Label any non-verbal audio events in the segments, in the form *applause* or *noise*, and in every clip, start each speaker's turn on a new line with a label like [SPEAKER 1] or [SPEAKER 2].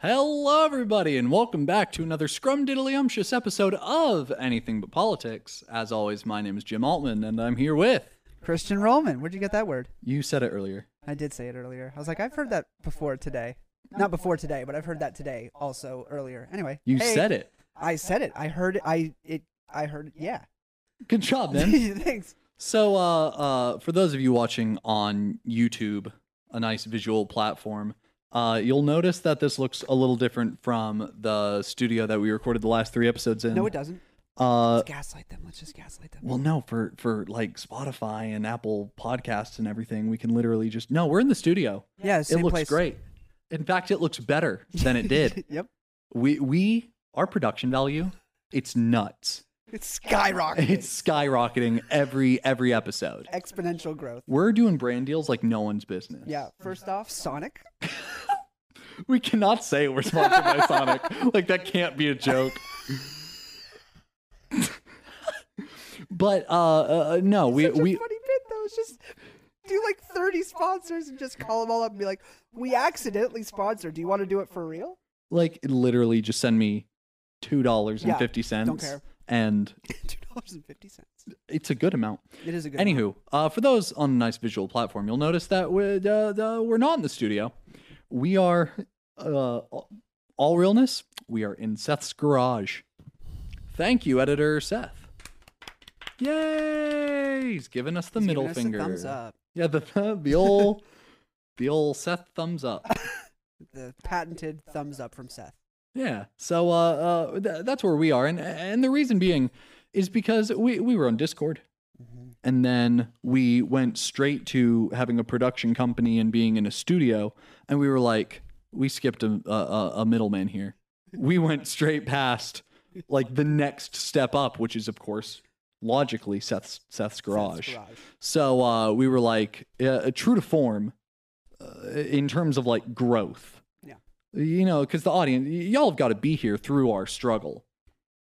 [SPEAKER 1] Hello, everybody, and welcome back to another scrumdiddlyumptious episode of Anything But Politics. As always, my name is Jim Altman, and I'm here with.
[SPEAKER 2] Christian Roman. Where'd you get that word?
[SPEAKER 1] You said it earlier.
[SPEAKER 2] I did say it earlier. I was like, I've heard that before today. Not before today, but I've heard that today also earlier. Anyway,
[SPEAKER 1] You
[SPEAKER 2] hey,
[SPEAKER 1] said it.
[SPEAKER 2] I said it. I heard it. I it. I heard it.
[SPEAKER 1] *laughs*
[SPEAKER 2] Yeah.
[SPEAKER 1] Good job, man.
[SPEAKER 2] *laughs* Thanks.
[SPEAKER 1] so, uh, uh, for those of you watching on YouTube, a nice visual platform, uh, you'll notice that this looks a little different from the studio that we recorded the last three episodes in.
[SPEAKER 2] No, it doesn't.
[SPEAKER 1] Uh,
[SPEAKER 2] Let's gaslight them. Let's just gaslight them.
[SPEAKER 1] Well, no, for for like Spotify and Apple Podcasts and everything, we can literally just no. We're in the studio.
[SPEAKER 2] Yeah, same
[SPEAKER 1] it looks
[SPEAKER 2] place.
[SPEAKER 1] great. In fact, it looks better than it
[SPEAKER 2] *laughs*
[SPEAKER 1] did.
[SPEAKER 2] yep.
[SPEAKER 1] we we our production value, it's nuts.
[SPEAKER 2] It's skyrocketing.
[SPEAKER 1] It's skyrocketing every every episode.
[SPEAKER 2] exponential growth.
[SPEAKER 1] We're doing brand deals like no one's business.
[SPEAKER 2] Yeah. First off, Sonic.
[SPEAKER 1] We cannot say we're sponsored by Sonic.
[SPEAKER 2] *laughs*
[SPEAKER 1] Like that can't be a joke. but uh, uh no, *laughs* we
[SPEAKER 2] Such a
[SPEAKER 1] we
[SPEAKER 2] funny bit though. It's just do like 30 sponsors and just call them all up and be like, we accidentally sponsored. Do you want to do it for real?
[SPEAKER 1] like literally just send me two dollars and fifty cents.
[SPEAKER 2] don't care.
[SPEAKER 1] And
[SPEAKER 2] Two dollars and fifty cents.
[SPEAKER 1] it's a good amount.
[SPEAKER 2] It is a good.
[SPEAKER 1] Anywho, uh, for those on a nice visual platform, you'll notice that we're, uh, uh, we're not in the studio. We are, uh, all realness, we are in Seth's garage. Thank you, editor Seth. Yay! He's giving us the
[SPEAKER 2] He's
[SPEAKER 1] middle
[SPEAKER 2] giving us a
[SPEAKER 1] finger.
[SPEAKER 2] thumbs up.
[SPEAKER 1] Yeah, the *laughs* the old the old Seth thumbs up.
[SPEAKER 2] The patented thumbs up from Seth.
[SPEAKER 1] Yeah. So uh, uh th- that's where we are, and and the reason being is because we we were on Discord, and then we went straight to having a production company and being in a studio, and we were like, we skipped a a, a middleman here. We went straight past like the next step up, which is of course logically Seth's Seth's garage.
[SPEAKER 2] Seth's garage.
[SPEAKER 1] So uh, we were like, uh, true to form, uh, in terms of like growth.
[SPEAKER 2] Yeah.
[SPEAKER 1] You know, because the audience, y- y'all have got to be here through our struggle,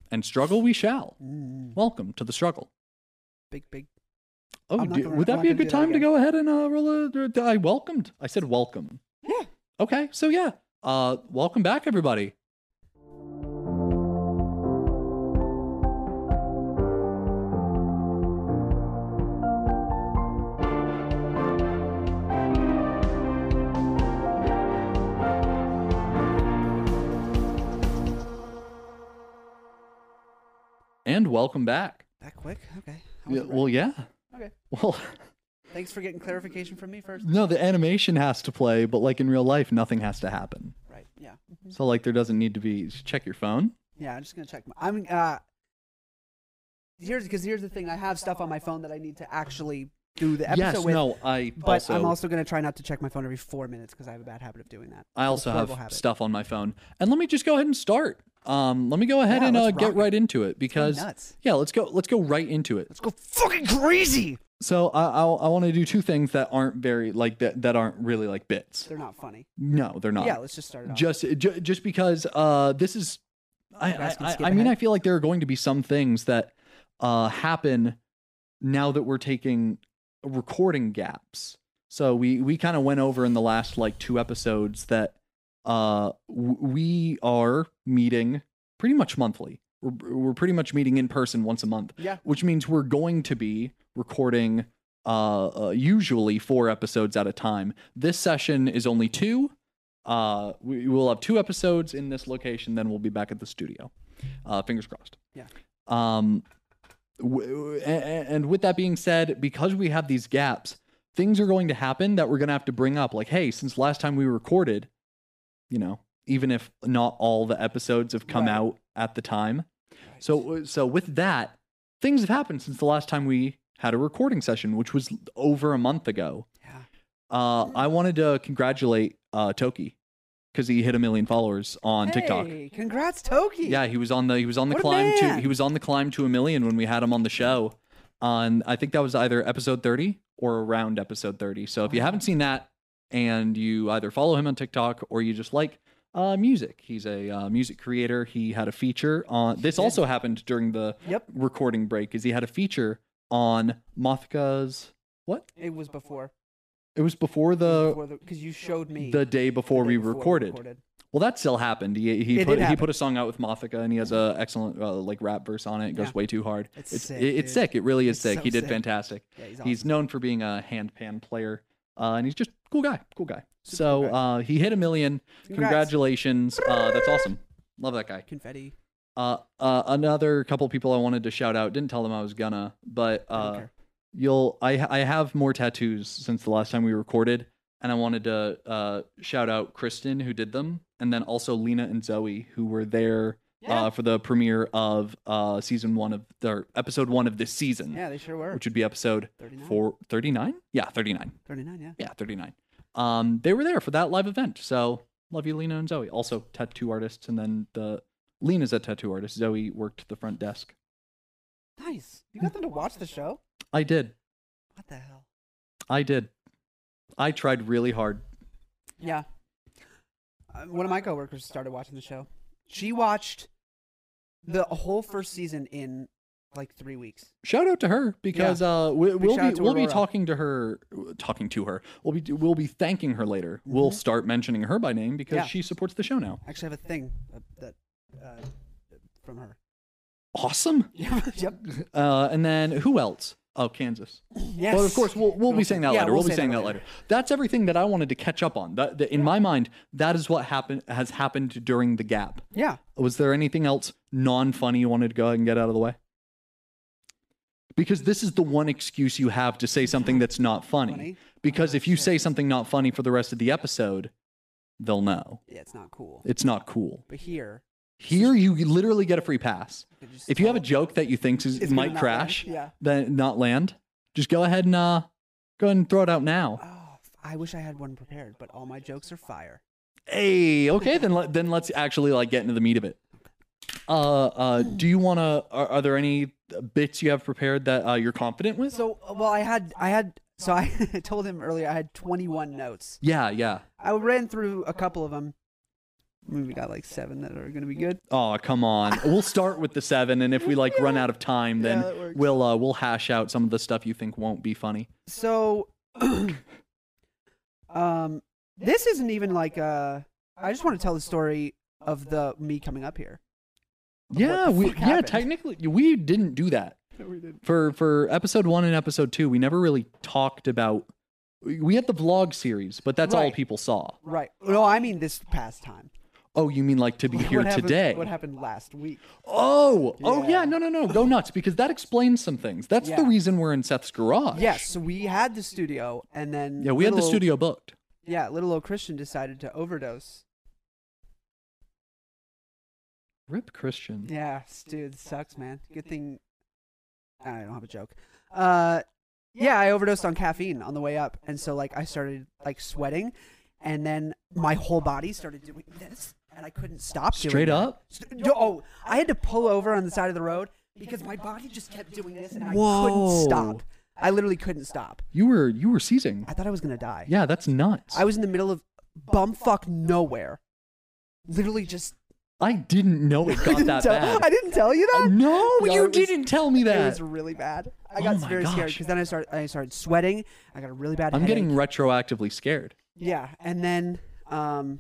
[SPEAKER 1] and struggle we shall.
[SPEAKER 2] Mm-hmm.
[SPEAKER 1] Welcome to the struggle.
[SPEAKER 2] Big big.
[SPEAKER 1] Oh,
[SPEAKER 2] I'm not
[SPEAKER 1] do-
[SPEAKER 2] gonna-
[SPEAKER 1] would that
[SPEAKER 2] I'm not
[SPEAKER 1] be a
[SPEAKER 2] gonna do
[SPEAKER 1] good
[SPEAKER 2] that
[SPEAKER 1] time to
[SPEAKER 2] again.
[SPEAKER 1] go ahead and uh, roll a? d- I welcomed. I said welcome.
[SPEAKER 2] Yeah.
[SPEAKER 1] Okay, so yeah, uh, welcome back, everybody. And welcome back.
[SPEAKER 2] That quick. Okay. I
[SPEAKER 1] Yeah,
[SPEAKER 2] wasn't ready.
[SPEAKER 1] well, yeah.
[SPEAKER 2] Okay.
[SPEAKER 1] Well, *laughs*
[SPEAKER 2] Thanks for getting clarification from me first.
[SPEAKER 1] no, the animation has to play, but like in real life, nothing has to happen.
[SPEAKER 2] Right. Yeah.
[SPEAKER 1] So like there doesn't need to be check your phone.
[SPEAKER 2] Yeah. I'm just gonna check. My, I'm uh. Here's because here's the thing. I have stuff on my phone that I need to actually do the episode
[SPEAKER 1] yes,
[SPEAKER 2] with.
[SPEAKER 1] no, I
[SPEAKER 2] But
[SPEAKER 1] also,
[SPEAKER 2] I'm also gonna try not to check my phone every four minutes because I have a bad habit of doing that.
[SPEAKER 1] I also have
[SPEAKER 2] horrible habit.
[SPEAKER 1] stuff on my phone. And let me just go ahead and start. Um, let me go ahead
[SPEAKER 2] Yeah,
[SPEAKER 1] and
[SPEAKER 2] let's
[SPEAKER 1] uh, get
[SPEAKER 2] rock it.
[SPEAKER 1] right into it because
[SPEAKER 2] nuts.
[SPEAKER 1] yeah, let's go let's go right into it.
[SPEAKER 2] Let's go fucking crazy.
[SPEAKER 1] So I I, I want to do two things that aren't very like that that aren't really like bits.
[SPEAKER 2] They're not funny.
[SPEAKER 1] No, they're not.
[SPEAKER 2] Yeah. Let's just start it off.
[SPEAKER 1] just ju- just because uh this is I I,
[SPEAKER 2] guys can
[SPEAKER 1] I,
[SPEAKER 2] skip
[SPEAKER 1] I mean
[SPEAKER 2] ahead.
[SPEAKER 1] I feel like there are going to be some things that uh happen now that we're taking recording gaps. So we we kind of went over in the last like two episodes that uh w- we are meeting pretty much monthly. We're we're pretty much meeting in person once a month,
[SPEAKER 2] yeah.
[SPEAKER 1] which means we're going to be recording uh, uh usually four episodes at a time. This session is only two uh we will have two episodes in this location then we'll be back at the studio uh fingers crossed
[SPEAKER 2] Yeah.
[SPEAKER 1] um w- w- a- a- and with that being said because we have these gaps things are going to happen that we're going to have to bring up like hey since last time we recorded you know even if not all the episodes have come
[SPEAKER 2] Right.
[SPEAKER 1] out at the time so so with that things have happened since the last time we had a recording session which was over a month ago
[SPEAKER 2] Yeah.
[SPEAKER 1] uh, I
[SPEAKER 2] Mm.
[SPEAKER 1] wanted to congratulate uh, Toki because he hit a million followers on TikTok.
[SPEAKER 2] Hey, congrats, Toki.
[SPEAKER 1] Yeah, he was on the he was on the
[SPEAKER 2] What a
[SPEAKER 1] climb to
[SPEAKER 2] man.
[SPEAKER 1] he was on the climb to a million when we had him on the show. On I think that was either episode thirty or around episode thirty. So if you haven't seen that and you either follow him on TikTok or you just like uh, music, he's a uh, music creator. He had a feature on this also happened during the
[SPEAKER 2] Yep.
[SPEAKER 1] recording break. Is he had a feature on Mothka's what?
[SPEAKER 2] It was before.
[SPEAKER 1] It was before the
[SPEAKER 2] because you showed me
[SPEAKER 1] the day before
[SPEAKER 2] day
[SPEAKER 1] we
[SPEAKER 2] before
[SPEAKER 1] recorded, Well, that still happened. He, he
[SPEAKER 2] It
[SPEAKER 1] put
[SPEAKER 2] did
[SPEAKER 1] he
[SPEAKER 2] happen.
[SPEAKER 1] put a song out with Mafika, and he has a excellent uh, like rap verse on it. It goes
[SPEAKER 2] Yeah.
[SPEAKER 1] way too hard.
[SPEAKER 2] It's
[SPEAKER 1] It's
[SPEAKER 2] sick,
[SPEAKER 1] it- it's
[SPEAKER 2] dude.
[SPEAKER 1] sick. It really is
[SPEAKER 2] It's
[SPEAKER 1] sick.
[SPEAKER 2] so
[SPEAKER 1] he did
[SPEAKER 2] sick.
[SPEAKER 1] fantastic.
[SPEAKER 2] Yeah, he's,
[SPEAKER 1] He's
[SPEAKER 2] awesome.
[SPEAKER 1] known for being a hand pan player, uh, and he's just cool guy, cool guy.
[SPEAKER 2] Super
[SPEAKER 1] so
[SPEAKER 2] cool
[SPEAKER 1] Uh, he hit a million.
[SPEAKER 2] Congrats.
[SPEAKER 1] Congratulations, uh, that's awesome. Love that guy.
[SPEAKER 2] confetti.
[SPEAKER 1] Uh, uh, another couple people I wanted to shout out. Didn't tell them I was gonna, but
[SPEAKER 2] I don't
[SPEAKER 1] uh,
[SPEAKER 2] care.
[SPEAKER 1] you'll I I have more tattoos since the last time we recorded, and I wanted to uh, shout out Kristen who did them, and then also Lena and Zoe who were there
[SPEAKER 2] Yeah.
[SPEAKER 1] uh, for the premiere of uh, season one of their episode one of this season,
[SPEAKER 2] yeah, they sure were.
[SPEAKER 1] which would be episode
[SPEAKER 2] 39.
[SPEAKER 1] four thirty nine. Yeah, thirty nine.
[SPEAKER 2] 39, yeah.
[SPEAKER 1] Yeah, thirty nine. Um, they were there for that live event, so love you, Lena and Zoe. Also tattoo artists, and then the Lena's a tattoo artist. Zoe worked the front desk.
[SPEAKER 2] Nice. You got them to watch the show?
[SPEAKER 1] I did.
[SPEAKER 2] What the hell?
[SPEAKER 1] I did. I tried really hard.
[SPEAKER 2] Yeah. Uh, one of my coworkers started watching the show. She watched the whole first season in like three weeks.
[SPEAKER 1] Shout out to her because uh, we,
[SPEAKER 2] Big
[SPEAKER 1] we'll
[SPEAKER 2] shout out
[SPEAKER 1] be
[SPEAKER 2] to
[SPEAKER 1] we'll be
[SPEAKER 2] Aurora.
[SPEAKER 1] talking to her, talking to her. We'll be we'll be thanking her later. We'll start mentioning her by name because
[SPEAKER 2] Mm-hmm. Yeah.
[SPEAKER 1] she supports the show now.
[SPEAKER 2] I actually have a thing uh, that uh, from her. *laughs*
[SPEAKER 1] Awesome.
[SPEAKER 2] yep. *clears throat*
[SPEAKER 1] Uh, and then who else? Oh, Kansas.
[SPEAKER 2] Yes.
[SPEAKER 1] Well, of course, we'll, we'll be
[SPEAKER 2] We'll-
[SPEAKER 1] saying that
[SPEAKER 2] yeah,
[SPEAKER 1] later. We'll,
[SPEAKER 2] we'll
[SPEAKER 1] be
[SPEAKER 2] say
[SPEAKER 1] saying
[SPEAKER 2] that
[SPEAKER 1] that
[SPEAKER 2] later.
[SPEAKER 1] later. That's everything that I wanted to catch up on. That, that in my mind, that is what happened has happened during the gap.
[SPEAKER 2] Yeah.
[SPEAKER 1] Was there anything else non-funny you wanted to go ahead and get out of the way? Because this is the one excuse you have to say something that's not funny.
[SPEAKER 2] Funny.
[SPEAKER 1] Because if you say something not funny for the rest of the episode, they'll know
[SPEAKER 2] Yeah, it's not cool.
[SPEAKER 1] it's not cool.
[SPEAKER 2] But here,
[SPEAKER 1] Here, you literally get a free pass.
[SPEAKER 2] you just
[SPEAKER 1] If you have a
[SPEAKER 2] tell
[SPEAKER 1] joke that you think is,
[SPEAKER 2] it's gonna
[SPEAKER 1] might
[SPEAKER 2] not land.
[SPEAKER 1] crash,
[SPEAKER 2] Yeah.
[SPEAKER 1] then not land, just go ahead and uh, go ahead and throw it out now.
[SPEAKER 2] Oh, f- I wish I had one prepared, but all my jokes are fire.
[SPEAKER 1] Hey, okay, then let, then let's actually like get into the meat of it. Uh, uh,
[SPEAKER 2] Hmm.
[SPEAKER 1] do you want to? Are, are there any bits you have prepared that uh, you're confident with?
[SPEAKER 2] So, uh, well, I had, I had, so I *laughs* told him earlier I had 21 notes.
[SPEAKER 1] Yeah, yeah.
[SPEAKER 2] I ran through a couple of them. Maybe we got like seven that are going to be good.
[SPEAKER 1] Oh, come on. We'll start with the seven, and if we like
[SPEAKER 2] *laughs*
[SPEAKER 1] run out of time, then
[SPEAKER 2] Yeah, that works.
[SPEAKER 1] we'll uh, we'll hash out some of the stuff you think won't be funny.
[SPEAKER 2] So, *clears throat* um, this isn't even like a. I just want to tell the story of the me coming up here.
[SPEAKER 1] Yeah,
[SPEAKER 2] the
[SPEAKER 1] we
[SPEAKER 2] fuck
[SPEAKER 1] yeah
[SPEAKER 2] happened?
[SPEAKER 1] technically we didn't do that
[SPEAKER 2] we didn't.
[SPEAKER 1] for for episode one and episode two. We never really talked about. we- We had the vlog series, but that's all
[SPEAKER 2] Right.
[SPEAKER 1] people saw.
[SPEAKER 2] Right. No, I mean this past time.
[SPEAKER 1] Oh, you mean like to be
[SPEAKER 2] What
[SPEAKER 1] here
[SPEAKER 2] happened-
[SPEAKER 1] today?
[SPEAKER 2] What happened last week?
[SPEAKER 1] Oh, oh yeah,
[SPEAKER 2] Yeah.
[SPEAKER 1] no, no, no, go nuts because that explains some things. That's the
[SPEAKER 2] Yeah.
[SPEAKER 1] reason we're in Seth's garage.
[SPEAKER 2] Yes. So we had the studio, and then
[SPEAKER 1] Yeah, we had the
[SPEAKER 2] little-
[SPEAKER 1] studio booked.
[SPEAKER 2] Yeah, little old Christian decided to overdose.
[SPEAKER 1] Rip Christian.
[SPEAKER 2] Yeah, s- dude, sucks, man. Good thing I don't have a joke. Uh, yeah, I overdosed on caffeine on the way up, and so like I started like sweating, and then my whole body started doing this, and I couldn't stop. doing
[SPEAKER 1] Straight
[SPEAKER 2] that.
[SPEAKER 1] up?
[SPEAKER 2] St- yo- Oh, I had to pull over on the side of the road because my body just kept doing this, and I
[SPEAKER 1] Whoa.
[SPEAKER 2] couldn't stop. I literally couldn't stop.
[SPEAKER 1] You were you were seizing.
[SPEAKER 2] I thought I was gonna die.
[SPEAKER 1] Yeah, that's nuts.
[SPEAKER 2] I was in the middle of bumfuck nowhere, literally just.
[SPEAKER 1] I didn't know it
[SPEAKER 2] *laughs* I
[SPEAKER 1] got
[SPEAKER 2] didn't
[SPEAKER 1] that
[SPEAKER 2] tell-
[SPEAKER 1] bad.
[SPEAKER 2] I didn't tell you that.
[SPEAKER 1] Uh, no,
[SPEAKER 2] No,
[SPEAKER 1] you
[SPEAKER 2] it was-
[SPEAKER 1] didn't tell me
[SPEAKER 2] It
[SPEAKER 1] that.
[SPEAKER 2] was really bad. I
[SPEAKER 1] Oh
[SPEAKER 2] got
[SPEAKER 1] my
[SPEAKER 2] very scared
[SPEAKER 1] gosh.
[SPEAKER 2] because then I started I started sweating. I got a really bad.
[SPEAKER 1] I'm
[SPEAKER 2] headache.
[SPEAKER 1] getting retroactively scared.
[SPEAKER 2] yeah, and then um,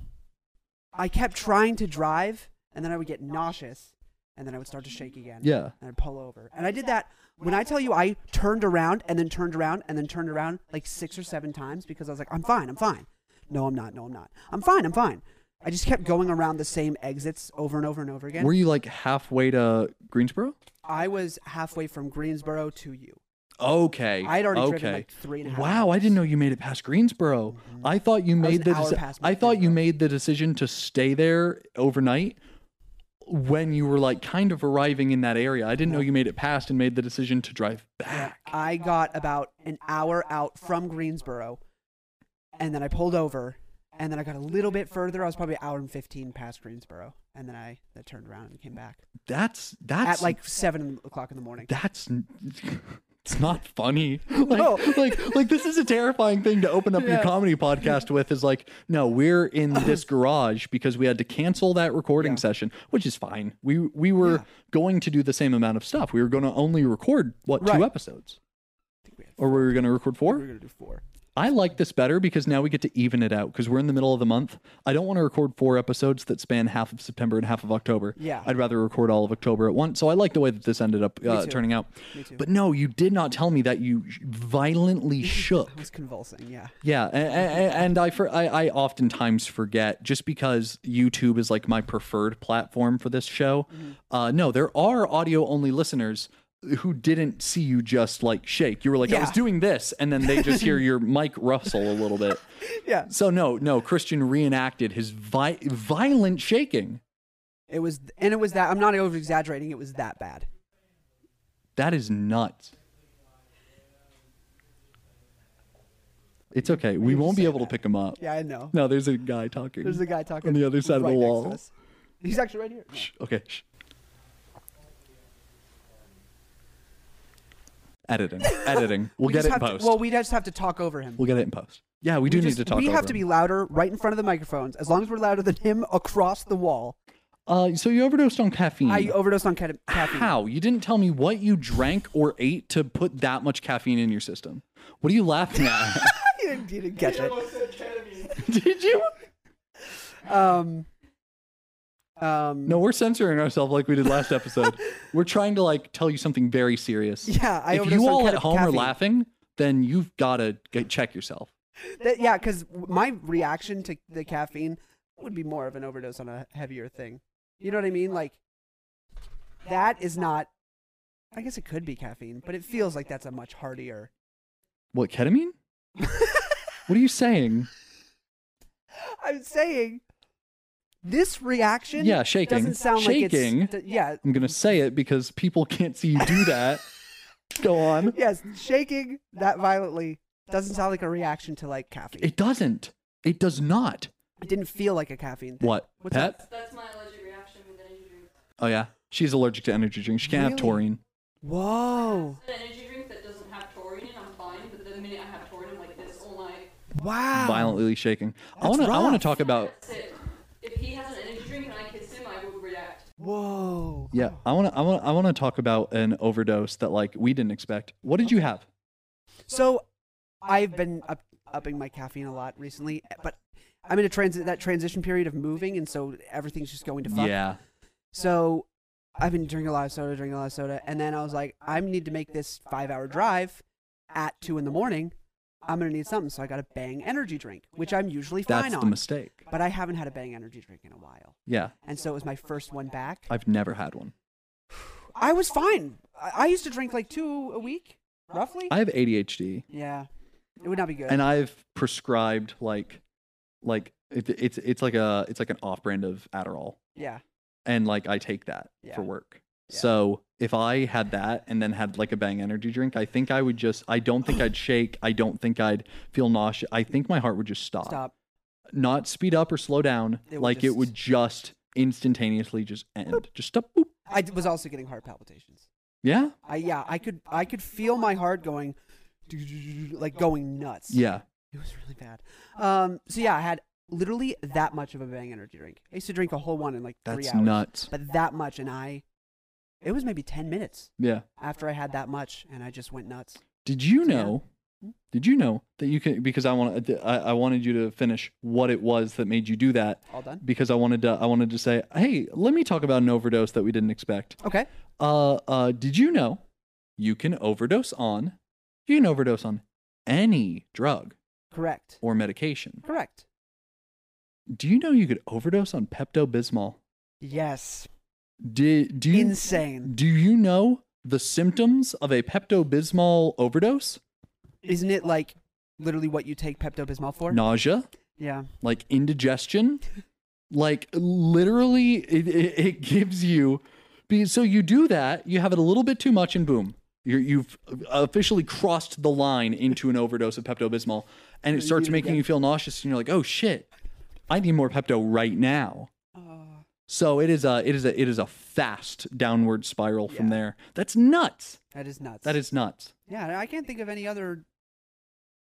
[SPEAKER 2] I kept trying to drive, and then I would get nauseous, and then I would start to shake again.
[SPEAKER 1] Yeah.
[SPEAKER 2] and I'd pull over, and I did that. When I tell you, I turned around and then turned around and then turned around like six or seven times because I was like, I'm fine, I'm fine. No, I'm not. No, I'm not. I'm fine. I'm fine. I just kept going around the same exits over and over and over again.
[SPEAKER 1] Were you like halfway to Greensboro?
[SPEAKER 2] I was halfway from Greensboro to you.
[SPEAKER 1] Okay.
[SPEAKER 2] I had already
[SPEAKER 1] okay.
[SPEAKER 2] driven like three and a half. Mm-hmm.
[SPEAKER 1] Wow, I didn't know you made it past Greensboro. I thought you made
[SPEAKER 2] an
[SPEAKER 1] the
[SPEAKER 2] hour
[SPEAKER 1] deci-
[SPEAKER 2] past
[SPEAKER 1] I
[SPEAKER 2] my
[SPEAKER 1] thought you
[SPEAKER 2] bedroom.
[SPEAKER 1] made the decision to stay there overnight when you were like kind of arriving in that area. I didn't know you made it past and made the decision to drive back.
[SPEAKER 2] I got about an hour out from Greensboro, and then I pulled over, and then I got a little bit further. I was probably an hour and fifteen past Greensboro, and then I, I turned around and came back
[SPEAKER 1] That's that's
[SPEAKER 2] at like seven o'clock in the morning.
[SPEAKER 1] that's n- it's not funny. Like,
[SPEAKER 2] *laughs* No.
[SPEAKER 1] like like this is a terrifying thing to open up your
[SPEAKER 2] Yeah.
[SPEAKER 1] comedy podcast with is like, no, we're
[SPEAKER 2] *coughs*
[SPEAKER 1] in this garage because we had to cancel that recording
[SPEAKER 2] Yeah.
[SPEAKER 1] session, which is fine. We we were going to do the same amount of stuff. We were going to only record what two
[SPEAKER 2] Right.
[SPEAKER 1] episodes?
[SPEAKER 2] I think we had
[SPEAKER 1] Or we were going to record
[SPEAKER 2] four. We
[SPEAKER 1] four?
[SPEAKER 2] were gonna do four.
[SPEAKER 1] I like this better because now we get to even it out because we're in the middle of the month. I don't want to record four episodes that span half of September and half of October.
[SPEAKER 2] Yeah.
[SPEAKER 1] I'd rather record all of October at once. So I like the way that this ended up uh,
[SPEAKER 2] too.
[SPEAKER 1] turning out.
[SPEAKER 2] Me too.
[SPEAKER 1] But no, you did not tell me that you
[SPEAKER 2] *laughs*
[SPEAKER 1] violently shook.
[SPEAKER 2] I was convulsing.
[SPEAKER 1] *laughs*
[SPEAKER 2] Yeah.
[SPEAKER 1] Yeah, and, and I, for, I I oftentimes forget just because YouTube is like my preferred platform for this show.
[SPEAKER 2] Mm-hmm.
[SPEAKER 1] Uh, no, there are audio only listeners who didn't see you just like shake. You were like, I was
[SPEAKER 2] Yeah.
[SPEAKER 1] doing this, and then they
[SPEAKER 2] *laughs*
[SPEAKER 1] just hear your mic rustle a little bit.
[SPEAKER 2] Yeah.
[SPEAKER 1] So no, no, Christian reenacted his vi- violent shaking.
[SPEAKER 2] It was, and it was that. I'm not over exaggerating. It was that bad.
[SPEAKER 1] That is nuts. It's okay. We won't be able to pick him up.
[SPEAKER 2] Yeah, I know.
[SPEAKER 1] No, there's a guy talking.
[SPEAKER 2] There's a guy talking
[SPEAKER 1] on the other side of
[SPEAKER 2] right
[SPEAKER 1] the
[SPEAKER 2] next to
[SPEAKER 1] wall.
[SPEAKER 2] us. He's actually right here. No.
[SPEAKER 1] Shh, Okay. Shh. *laughs* Editing. Editing. We'll
[SPEAKER 2] We
[SPEAKER 1] get
[SPEAKER 2] just
[SPEAKER 1] it in
[SPEAKER 2] have
[SPEAKER 1] post.
[SPEAKER 2] To, well, we just have to talk over him.
[SPEAKER 1] we'll get it in post. Yeah, we do
[SPEAKER 2] just,
[SPEAKER 1] need to talk.
[SPEAKER 2] We
[SPEAKER 1] over
[SPEAKER 2] have to
[SPEAKER 1] him.
[SPEAKER 2] be louder right in front of the microphones. As long as we're louder than him across the wall.
[SPEAKER 1] Uh, so you overdosed on caffeine.
[SPEAKER 2] I overdosed
[SPEAKER 1] *laughs*
[SPEAKER 2] on cat- caffeine.
[SPEAKER 1] Hmm.
[SPEAKER 2] *laughs*
[SPEAKER 1] How? You didn't tell me what you drank or ate to put that much caffeine in your system. What are you laughing *laughs* at?
[SPEAKER 2] you, didn't, you didn't catch it.
[SPEAKER 1] Did you?
[SPEAKER 2] Um, um,
[SPEAKER 1] No, we're censoring ourselves like we did last *laughs* episode. we're trying to like tell you something very serious.
[SPEAKER 2] Yeah, I
[SPEAKER 1] if
[SPEAKER 2] overdosed
[SPEAKER 1] you
[SPEAKER 2] on
[SPEAKER 1] all
[SPEAKER 2] cat-
[SPEAKER 1] at home are
[SPEAKER 2] caffeine.
[SPEAKER 1] laughing, then you've got to check yourself.
[SPEAKER 2] That, yeah, because my reaction to the caffeine would be more of an overdose on a heavier thing. You know what I mean? Like, that is not. I guess it could be caffeine, but it feels like that's a much heartier.
[SPEAKER 1] What ketamine? what are you saying?
[SPEAKER 2] I'm saying this reaction.
[SPEAKER 1] Yeah, shaking.
[SPEAKER 2] Doesn't sound
[SPEAKER 1] Shaking.
[SPEAKER 2] like it's. Yeah.
[SPEAKER 1] I'm gonna say it because people can't see you do that.
[SPEAKER 2] *laughs*
[SPEAKER 1] Go on.
[SPEAKER 2] Yes, shaking that violently doesn't sound like a reaction to like caffeine. It,
[SPEAKER 1] It doesn't. It does not.
[SPEAKER 2] didn't feel like a caffeine thing.
[SPEAKER 1] What?
[SPEAKER 2] What's
[SPEAKER 1] Pet?
[SPEAKER 3] That's my allergic reaction with energy drinks.
[SPEAKER 1] Oh yeah. She's allergic to energy drinks. She can't have
[SPEAKER 2] Really?
[SPEAKER 1] taurine.
[SPEAKER 2] Whoa!
[SPEAKER 3] An energy drink that doesn't have taurine, and I'm fine. But the minute I have taurine, I'm like this all night.
[SPEAKER 2] Wow.
[SPEAKER 1] Violently shaking. I
[SPEAKER 2] That's
[SPEAKER 1] wanna I
[SPEAKER 2] rough.
[SPEAKER 1] wanna talk about
[SPEAKER 3] That's it. If he has an energy drink and I kiss him, I will react.
[SPEAKER 2] Whoa.
[SPEAKER 1] yeah, I wanna I wanna I wanna talk about an overdose that like we didn't expect. What did you have?
[SPEAKER 2] So, I've been up, upping my caffeine a lot recently, but I'm in a transit that transition period of moving, and so everything's just going to fuck.
[SPEAKER 1] Yeah.
[SPEAKER 2] So, I've been drinking a lot of soda, drinking a lot of soda, and then I was like, I need to make this five-hour drive at two in the morning. I'm gonna need something, so I got a Bang energy drink, which I'm usually fine
[SPEAKER 1] That's
[SPEAKER 2] on.
[SPEAKER 1] the mistake.
[SPEAKER 2] but I haven't had a Bang energy drink in a while,
[SPEAKER 1] Yeah.
[SPEAKER 2] and so it was my first one back.
[SPEAKER 1] I've never had one.
[SPEAKER 2] I was fine. I, I used to drink like two a week, roughly.
[SPEAKER 1] I have ADHD
[SPEAKER 2] yeah, it would not be good.
[SPEAKER 1] and I've prescribed like like it, it's it's like a it's like an off brand of Adderall.
[SPEAKER 2] yeah.
[SPEAKER 1] and like I take that
[SPEAKER 2] Yeah.
[SPEAKER 1] for work.
[SPEAKER 2] Yeah.
[SPEAKER 1] So if I had that and then had like a bang energy drink, I think I would just I don't think
[SPEAKER 2] *clears throat*
[SPEAKER 1] I'd shake. I don't think I'd feel nauseous. I think my heart would just stop.
[SPEAKER 2] Stop.
[SPEAKER 1] Not speed up or slow down.
[SPEAKER 2] It would
[SPEAKER 1] like it
[SPEAKER 2] just-
[SPEAKER 1] would just instantaneously just end. Just stop. Boop.
[SPEAKER 2] I d- was also getting heart palpitations.
[SPEAKER 1] Yeah.
[SPEAKER 2] I yeah, I could I could feel my heart going like going nuts.
[SPEAKER 1] Yeah.
[SPEAKER 2] It was really bad. Um so yeah, I had literally that much of a bang energy drink. I used to drink a whole one in like 3
[SPEAKER 1] That's
[SPEAKER 2] hours.
[SPEAKER 1] nuts.
[SPEAKER 2] But that much and I it was maybe 10 minutes
[SPEAKER 1] Yeah.
[SPEAKER 2] after I had that much and I just went nuts.
[SPEAKER 1] Did you
[SPEAKER 2] Yeah.
[SPEAKER 1] know? Did you know that you can because I want I, I wanted you to finish what it was that made you do that
[SPEAKER 2] All done.
[SPEAKER 1] because I wanted to I wanted to say, "Hey, let me talk about an overdose that we didn't expect."
[SPEAKER 2] Okay.
[SPEAKER 1] Uh, uh, did you know you can overdose on you can overdose on any drug
[SPEAKER 2] Correct.
[SPEAKER 1] or medication?
[SPEAKER 2] Correct.
[SPEAKER 1] Do you know you could overdose on Pepto Bismol?
[SPEAKER 2] Yes.
[SPEAKER 1] Do, do you
[SPEAKER 2] Insane.
[SPEAKER 1] do you know the symptoms of a Pepto Bismol overdose?
[SPEAKER 2] Isn't it like literally what you take Pepto Bismol for?
[SPEAKER 1] Nausea,
[SPEAKER 2] Yeah.
[SPEAKER 1] like indigestion, like literally, it, it, it gives you. be- So you do that, you have it a little bit too much, and boom, you're, you've officially crossed the line into an overdose of Pepto Bismol, and it
[SPEAKER 2] You
[SPEAKER 1] starts
[SPEAKER 2] need to
[SPEAKER 1] making
[SPEAKER 2] get-
[SPEAKER 1] you feel nauseous, and you're like, oh shit, I need more Pepto right now.
[SPEAKER 2] Oh,
[SPEAKER 1] So it is a it is a it is a fast downward spiral from
[SPEAKER 2] Yeah.
[SPEAKER 1] there. That's nuts.
[SPEAKER 2] that is nuts.
[SPEAKER 1] That is nuts.
[SPEAKER 2] Yeah, I can't think of any other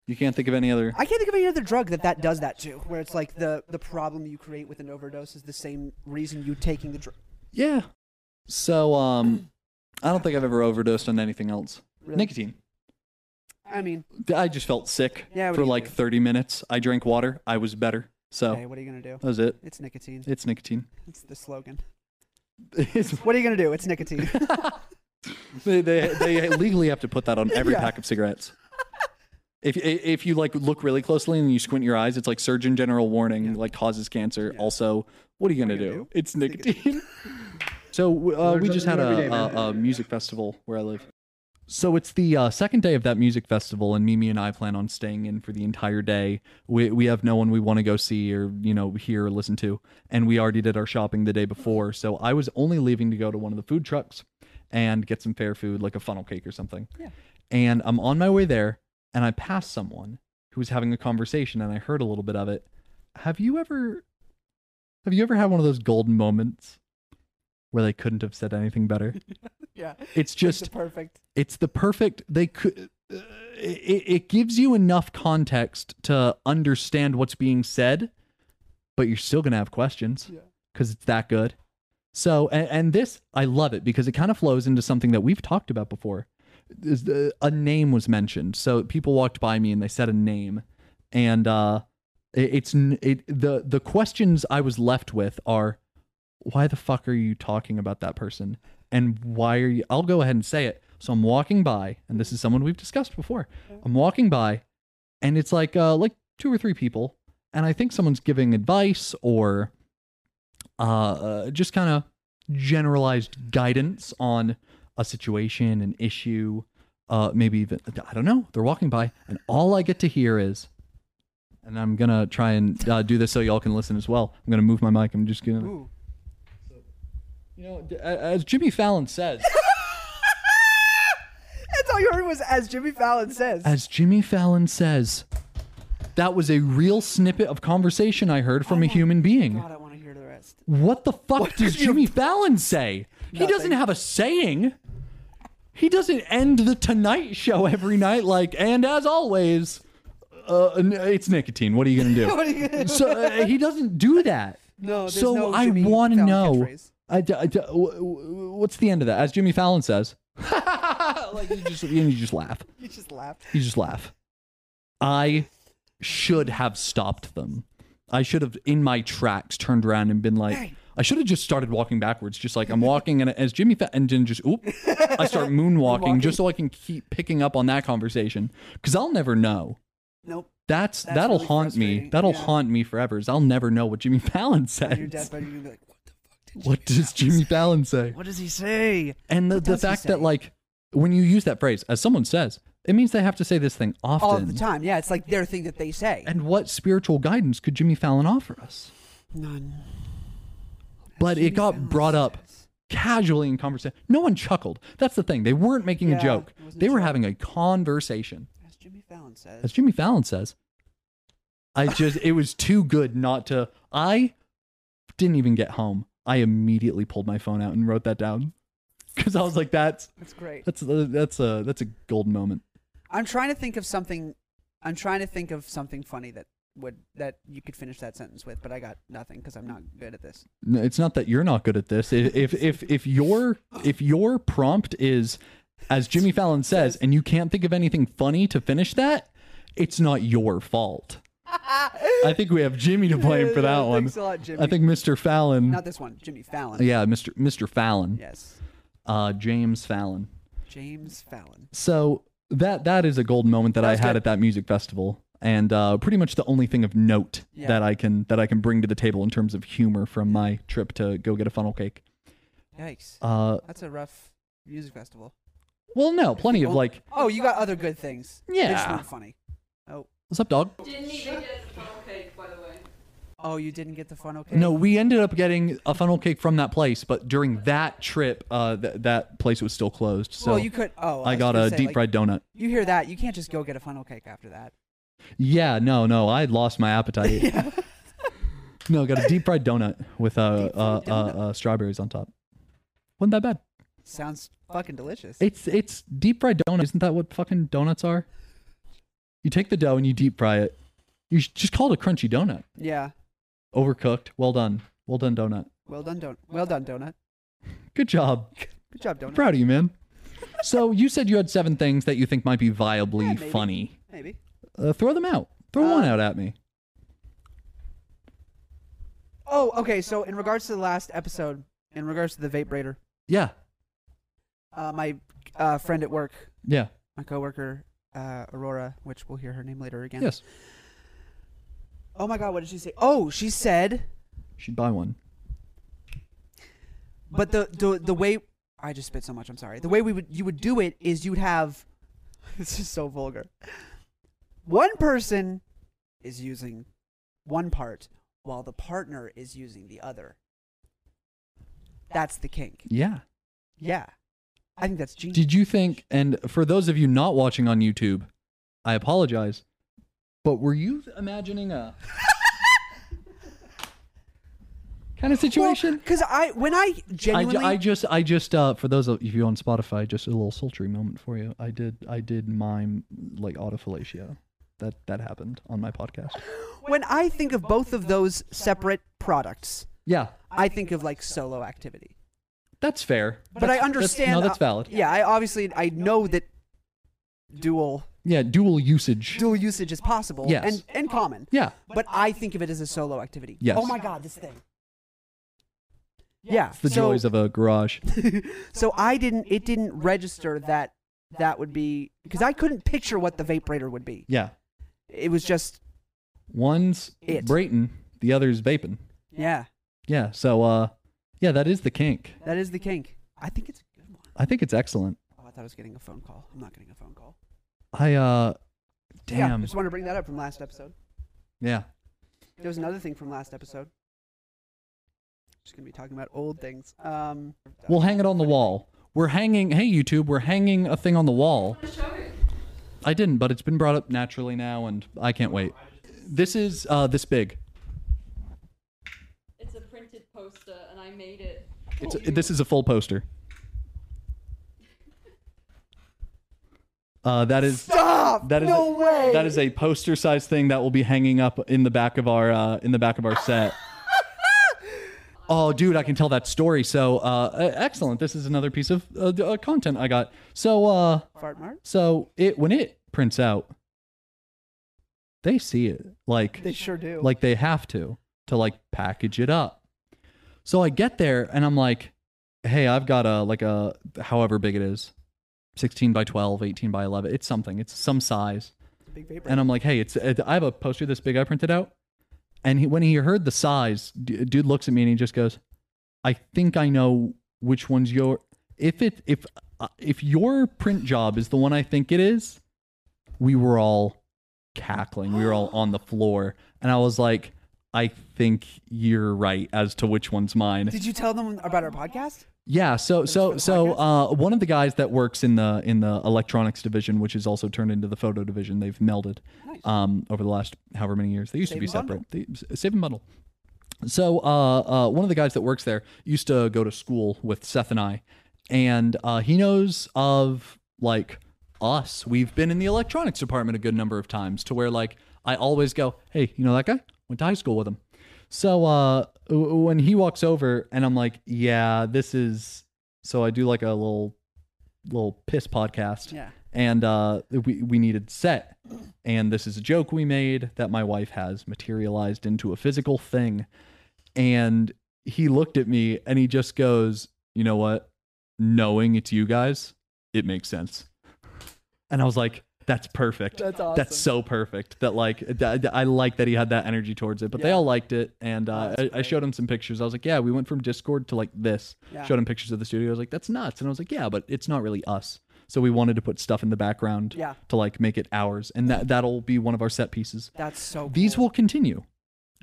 [SPEAKER 1] You can't think of any other.
[SPEAKER 2] I can't think of any other drug that that does that to, where it's like the the problem you create with an overdose is the same reason you taking the drug.
[SPEAKER 1] Yeah. So um, I don't think I've ever overdosed on anything else.
[SPEAKER 2] Really?
[SPEAKER 1] Nicotine.
[SPEAKER 2] I mean,
[SPEAKER 1] I just felt sick
[SPEAKER 2] Yeah, what do
[SPEAKER 1] for
[SPEAKER 2] you
[SPEAKER 1] like
[SPEAKER 2] do?
[SPEAKER 1] 30 minutes. I drank water. I was better. So
[SPEAKER 2] hey, what are you gonna do?
[SPEAKER 1] that was it.
[SPEAKER 2] It's nicotine.
[SPEAKER 1] It's nicotine.
[SPEAKER 2] It's the slogan.
[SPEAKER 1] *laughs* It's-
[SPEAKER 2] What are you gonna do?
[SPEAKER 1] *laughs*
[SPEAKER 2] It's nicotine. *laughs*
[SPEAKER 1] they, they, *laughs* they legally have to put that on every
[SPEAKER 2] Yeah.
[SPEAKER 1] pack of cigarettes. If, if you like look really closely and you squint your eyes, it's like Surgeon General warning, like causes cancer. Also, what are you gonna,
[SPEAKER 2] you
[SPEAKER 1] do?
[SPEAKER 2] gonna do?
[SPEAKER 1] It's nicotine. *laughs* so uh, we
[SPEAKER 4] there's
[SPEAKER 1] just had
[SPEAKER 4] something
[SPEAKER 1] a,
[SPEAKER 4] every day, man.
[SPEAKER 1] a, a music festival where I live. So it's the uh, second day of that music festival, and Mimi and I plan on staying in for the entire day. We we have no one we want to go see or you know hear or listen to, and we already did our shopping the day before. So I was only leaving to go to one of the food trucks and get some fair food, like a funnel cake or something.
[SPEAKER 2] Yeah.
[SPEAKER 1] And I'm on my way there, and I passed someone who was having a conversation, and I heard a little bit of it. Have you ever, have you ever had one of those golden moments where they couldn't have said anything better?
[SPEAKER 2] yeah.
[SPEAKER 1] It's
[SPEAKER 2] It's
[SPEAKER 1] just
[SPEAKER 2] the perfect.
[SPEAKER 1] it's the perfect they could uh, it, it gives you enough context to understand what's being said but you're still gonna have questions
[SPEAKER 2] Yeah.
[SPEAKER 1] because it's that good so and, and this i love it because it kind of flows into something that we've talked about before Is the- a name was mentioned so people walked by me and they said a name and uh it, it's n- it the the questions i was left with are why the fuck are you talking about that person? And why are you? I'll go ahead and say it. So I'm walking by, and this is someone we've discussed before. I'm walking by, and it's like uh, like two or three people, and I think someone's giving advice or uh, uh, just kind of generalized guidance on a situation, an issue, uh, maybe even I don't know. They're walking by, and all I get to hear is, and I'm gonna try and uh, do this so y'all can listen as well. I'm gonna move my mic. I'm just gonna.
[SPEAKER 2] Ooh.
[SPEAKER 1] You know, d- a- as Jimmy Fallon says,
[SPEAKER 2] That's all you heard was as Jimmy Fallon says.
[SPEAKER 1] *laughs* as Jimmy Fallon says, that was a real snippet of conversation I heard from a human being.
[SPEAKER 2] God, I want to hear the rest.
[SPEAKER 1] What the fuck does
[SPEAKER 2] did you-
[SPEAKER 1] Jimmy Fallon say? He doesn't
[SPEAKER 2] Nothing.
[SPEAKER 1] have a saying. He doesn't end the Tonight Show every night like, and as always, uh, n- it's nicotine. What are you gonna do?
[SPEAKER 2] *laughs* What are you gonna do?
[SPEAKER 1] so uh, he doesn't do that.
[SPEAKER 2] No, there's
[SPEAKER 1] so
[SPEAKER 2] no
[SPEAKER 1] I
[SPEAKER 2] Jimmy
[SPEAKER 1] want to
[SPEAKER 2] Fallon
[SPEAKER 1] know.
[SPEAKER 2] catchphrase.
[SPEAKER 1] I d- I d- w- w- what's the end of that? As Jimmy Fallon says, *laughs* like you just you just laugh.
[SPEAKER 2] You just laughed.
[SPEAKER 1] You just laugh. I should have stopped them. I should have, in my tracks, turned around and been like,
[SPEAKER 2] Hey.
[SPEAKER 1] I should have just started walking backwards, just like I'm walking, and as Jimmy Fat, and then just oop, I
[SPEAKER 2] *laughs*
[SPEAKER 1] start moonwalking,
[SPEAKER 2] Moonwalking.
[SPEAKER 1] just so I can keep picking up on that conversation because I'll never know.
[SPEAKER 2] Nope.
[SPEAKER 1] That's,
[SPEAKER 2] That's
[SPEAKER 1] that'll
[SPEAKER 2] really
[SPEAKER 1] haunt me.
[SPEAKER 2] frustrating.
[SPEAKER 1] That'll
[SPEAKER 2] Yeah.
[SPEAKER 1] haunt me forever. Is I'll never know what Jimmy *laughs* Fallon
[SPEAKER 2] On your
[SPEAKER 1] says.
[SPEAKER 2] deathbed, you're gonna be like, what the fuck
[SPEAKER 1] *laughs*
[SPEAKER 2] did
[SPEAKER 1] What
[SPEAKER 2] Jimmy
[SPEAKER 1] does
[SPEAKER 2] *laughs*
[SPEAKER 1] Jimmy Fallon say?
[SPEAKER 2] What does he say?
[SPEAKER 1] And the, the
[SPEAKER 2] does he
[SPEAKER 1] fact that
[SPEAKER 2] say?
[SPEAKER 1] like when you use that phrase, as someone says, it means they have to say this thing often.
[SPEAKER 2] All the time. Yeah, it's like their thing that they say.
[SPEAKER 1] And what spiritual guidance could Jimmy Fallon offer us?
[SPEAKER 2] None.
[SPEAKER 1] But
[SPEAKER 2] Jimmy
[SPEAKER 1] it got
[SPEAKER 2] Fallon
[SPEAKER 1] brought up
[SPEAKER 2] says.
[SPEAKER 1] casually in conversation. No one chuckled. That's the thing. They weren't making
[SPEAKER 2] Yeah,
[SPEAKER 1] a joke.
[SPEAKER 2] it wasn't
[SPEAKER 1] They
[SPEAKER 2] a
[SPEAKER 1] were
[SPEAKER 2] joke.
[SPEAKER 1] having a conversation.
[SPEAKER 2] As Jimmy Fallon says.
[SPEAKER 1] As Jimmy Fallon says, I just it was too good not to I didn't even get home. I immediately pulled my phone out and wrote that down. Cuz I was like that's
[SPEAKER 2] That's great.
[SPEAKER 1] that's that's a that's a golden moment.
[SPEAKER 2] I'm trying to think of something. I'm trying to think of something funny that would that you could finish that sentence with, but I got nothing because I'm not good at this.
[SPEAKER 1] No, it's not that you're not good at this. If if if, if your if your prompt is as Jimmy Fallon says, and you can't think of anything funny to finish that, it's not your fault. I think we have Jimmy to blame for that one.
[SPEAKER 2] *laughs* Thanks a lot, Jimmy.
[SPEAKER 1] I think Mr. Fallon.
[SPEAKER 2] not this one, Jimmy Fallon.
[SPEAKER 1] yeah, Mr. Mr. Fallon.
[SPEAKER 2] Yes,
[SPEAKER 1] Uh, James Fallon.
[SPEAKER 2] James Fallon.
[SPEAKER 1] So that that is a golden moment that, I
[SPEAKER 2] was
[SPEAKER 1] had
[SPEAKER 2] good.
[SPEAKER 1] at that music festival, and uh, pretty much the only thing of note
[SPEAKER 2] Yeah.
[SPEAKER 1] that I can that I can bring to the table in terms of humor from my trip to go get a funnel cake.
[SPEAKER 2] Yikes,
[SPEAKER 1] Uh,
[SPEAKER 2] that's a rough music festival.
[SPEAKER 1] Well, no, plenty of
[SPEAKER 2] Well-
[SPEAKER 1] like,
[SPEAKER 2] Oh, you got other good things. They just
[SPEAKER 1] Yeah.
[SPEAKER 2] weren't funny.
[SPEAKER 1] what's up, dog?
[SPEAKER 3] Didn't even get the funnel cake, by the way.
[SPEAKER 2] Oh, you didn't get the funnel cake.
[SPEAKER 1] No, we ended up getting a funnel cake from that place, but during that trip, uh, th- that place was still closed. So
[SPEAKER 2] well, you could. Oh,
[SPEAKER 1] I
[SPEAKER 2] was
[SPEAKER 1] got
[SPEAKER 2] gonna
[SPEAKER 1] a
[SPEAKER 2] say,
[SPEAKER 1] deep
[SPEAKER 2] like,
[SPEAKER 1] fried donut.
[SPEAKER 2] You hear that? You can't just go get a funnel cake
[SPEAKER 1] *laughs*
[SPEAKER 2] after that.
[SPEAKER 1] Yeah, no, no, I had lost my appetite.
[SPEAKER 2] *laughs*
[SPEAKER 1] No, got a deep fried donut with uh, uh,
[SPEAKER 2] Deep-fried donut.
[SPEAKER 1] Uh, uh, strawberries on top. Wasn't that bad?
[SPEAKER 2] Sounds fucking delicious.
[SPEAKER 1] It's it's deep fried donut. Isn't that what fucking donuts are? You take the dough and you deep fry it. You should just call it a crunchy donut.
[SPEAKER 2] yeah.
[SPEAKER 1] Overcooked. Well done. Well done, donut.
[SPEAKER 2] Well done, donut. Well done, donut.
[SPEAKER 1] Good job.
[SPEAKER 2] Good job, donut.
[SPEAKER 1] Proud of you, man. So you said you had seven things that you think might be viably
[SPEAKER 2] maybe.
[SPEAKER 1] funny.
[SPEAKER 2] Maybe.
[SPEAKER 1] Uh, throw them out. Throw one out at me.
[SPEAKER 2] Oh, okay. So in regards to the last episode, in regards to the vape raider,
[SPEAKER 1] Yeah.
[SPEAKER 2] uh, my uh, friend at work,
[SPEAKER 1] Yeah.
[SPEAKER 2] my coworker, uh, Aurora, which we'll hear her name later again.
[SPEAKER 1] Yes.
[SPEAKER 2] Oh my God, what did she say? Oh, she said,
[SPEAKER 1] She'd buy one.
[SPEAKER 2] but the the the way I just spit so much. I'm sorry. The way we would you would do it is you'd have. *laughs* This is so vulgar. One person is using one part while the partner is using the other. That's the kink.
[SPEAKER 1] Yeah.
[SPEAKER 2] Yeah, I think that's genius.
[SPEAKER 1] Did you think, and for those of you not watching on YouTube, I apologize, but were you imagining *laughs* a kind of situation?
[SPEAKER 2] Because I, when I
[SPEAKER 1] I, ju-
[SPEAKER 2] genuinely,
[SPEAKER 1] I just, I just, uh, for those of you on Spotify, just a little sultry moment for you. I did, I did mime like autofellatio. That that happened on my podcast.
[SPEAKER 2] when I think of both of those separate products,
[SPEAKER 1] Yeah,
[SPEAKER 2] I think of like solo activity.
[SPEAKER 1] that's fair.
[SPEAKER 2] But
[SPEAKER 1] That's-
[SPEAKER 2] I understand.
[SPEAKER 1] That's, no, that's valid.
[SPEAKER 2] Yeah, I obviously I know that dual
[SPEAKER 1] Yeah, dual usage.
[SPEAKER 2] dual usage is possible
[SPEAKER 1] Yes.
[SPEAKER 2] and and common.
[SPEAKER 1] Yeah,
[SPEAKER 2] But I think of it as a solo activity.
[SPEAKER 1] Yes.
[SPEAKER 2] Oh my god, this thing. Yeah.
[SPEAKER 1] it's the
[SPEAKER 2] so,
[SPEAKER 1] joys of a garage.
[SPEAKER 2] *laughs* so I didn't. It didn't register that that would be because I couldn't picture what the vaporator would be.
[SPEAKER 1] Yeah,
[SPEAKER 2] It was just
[SPEAKER 1] one's
[SPEAKER 2] It.
[SPEAKER 1] Brayton, the other's vaping.
[SPEAKER 2] yeah.
[SPEAKER 1] Yeah. So, uh, yeah, that is the kink.
[SPEAKER 2] That is the kink. I think it's a good one.
[SPEAKER 1] I think it's excellent.
[SPEAKER 2] Oh, I thought I was getting a phone call. I'm not getting a phone call.
[SPEAKER 1] I, uh,
[SPEAKER 2] Yeah,
[SPEAKER 1] damn.
[SPEAKER 2] just want to bring that up from last episode.
[SPEAKER 1] Yeah.
[SPEAKER 2] There was another thing from last episode. Just gonna be talking about old things. Um,
[SPEAKER 1] We'll hang it on the wall. We're hanging, hey, YouTube, we're hanging a thing on the wall.
[SPEAKER 3] Show it.
[SPEAKER 1] I didn't, but it's been brought up naturally now, and I can't wait. This is, uh, this big.
[SPEAKER 3] It's a printed poster, and I made it.
[SPEAKER 1] It's this is a full poster. Uh, that is
[SPEAKER 2] Stop!
[SPEAKER 1] That is
[SPEAKER 2] no way.
[SPEAKER 1] That is a poster size thing that will be hanging up in the back of our uh, in the back of our set. oh, dude, I can tell that story. So uh, e- excellent. This is another piece of uh, d- uh, content I got. So uh,
[SPEAKER 2] fart mart.
[SPEAKER 1] so it when it prints out, they see it like
[SPEAKER 2] They sure do.
[SPEAKER 1] like they have to to like package it up so i get there and i'm like hey i've got a like a however big it is 16 by 12 18 by 11 it's something it's some size
[SPEAKER 2] big vapor.
[SPEAKER 1] and i'm like hey it's it, i have a poster this big i printed out and he, when he heard the size d- dude looks at me and he just goes i think i know which one's your if it if uh, if your print job is the one i think it is we were all cackling. We were all on the floor. And I was like, I think you're right as to which one's mine.
[SPEAKER 2] Did you tell them about our podcast?
[SPEAKER 1] Yeah, so so
[SPEAKER 2] the
[SPEAKER 1] so uh, one of the guys that works in the in the electronics division, which is also turned into the photo division, they've melded
[SPEAKER 2] Nice.
[SPEAKER 1] um, over the last however many years. They used to
[SPEAKER 2] Save
[SPEAKER 1] be
[SPEAKER 2] and bundle.
[SPEAKER 1] separate. They, save and bundle. So uh, uh, one of the guys that works there used to go to school with Seth and I, and uh, he knows of like us. We've been in the electronics department a good number of times to where like I always go, hey, you know that guy? Went to high school with him. So uh, w- when he walks over and I'm like, yeah, this is. So I do like a little little piss podcast
[SPEAKER 2] Yeah.
[SPEAKER 1] and uh, we we needed set, and this is a joke we made that my wife has materialized into a physical thing, and he looked at me and he just goes, you know what, knowing it's you guys, it makes sense, and I was like, that's perfect,
[SPEAKER 2] That's awesome.
[SPEAKER 1] that's so perfect that like th- th- I like that he had that energy towards it, but they
[SPEAKER 2] Yeah.
[SPEAKER 1] all liked it, and uh,
[SPEAKER 2] that's
[SPEAKER 1] I, I showed him some pictures. I was like, yeah, we went from Discord to like this.
[SPEAKER 2] Yeah.
[SPEAKER 1] Showed him pictures of the studio. I was like, that's nuts, and I was like, yeah, but it's not really us. So we wanted to put stuff in the background
[SPEAKER 2] Yeah.
[SPEAKER 1] to like make it ours, and that that'll be one of our set pieces.
[SPEAKER 2] That's so.
[SPEAKER 1] These
[SPEAKER 2] cool.
[SPEAKER 1] will continue.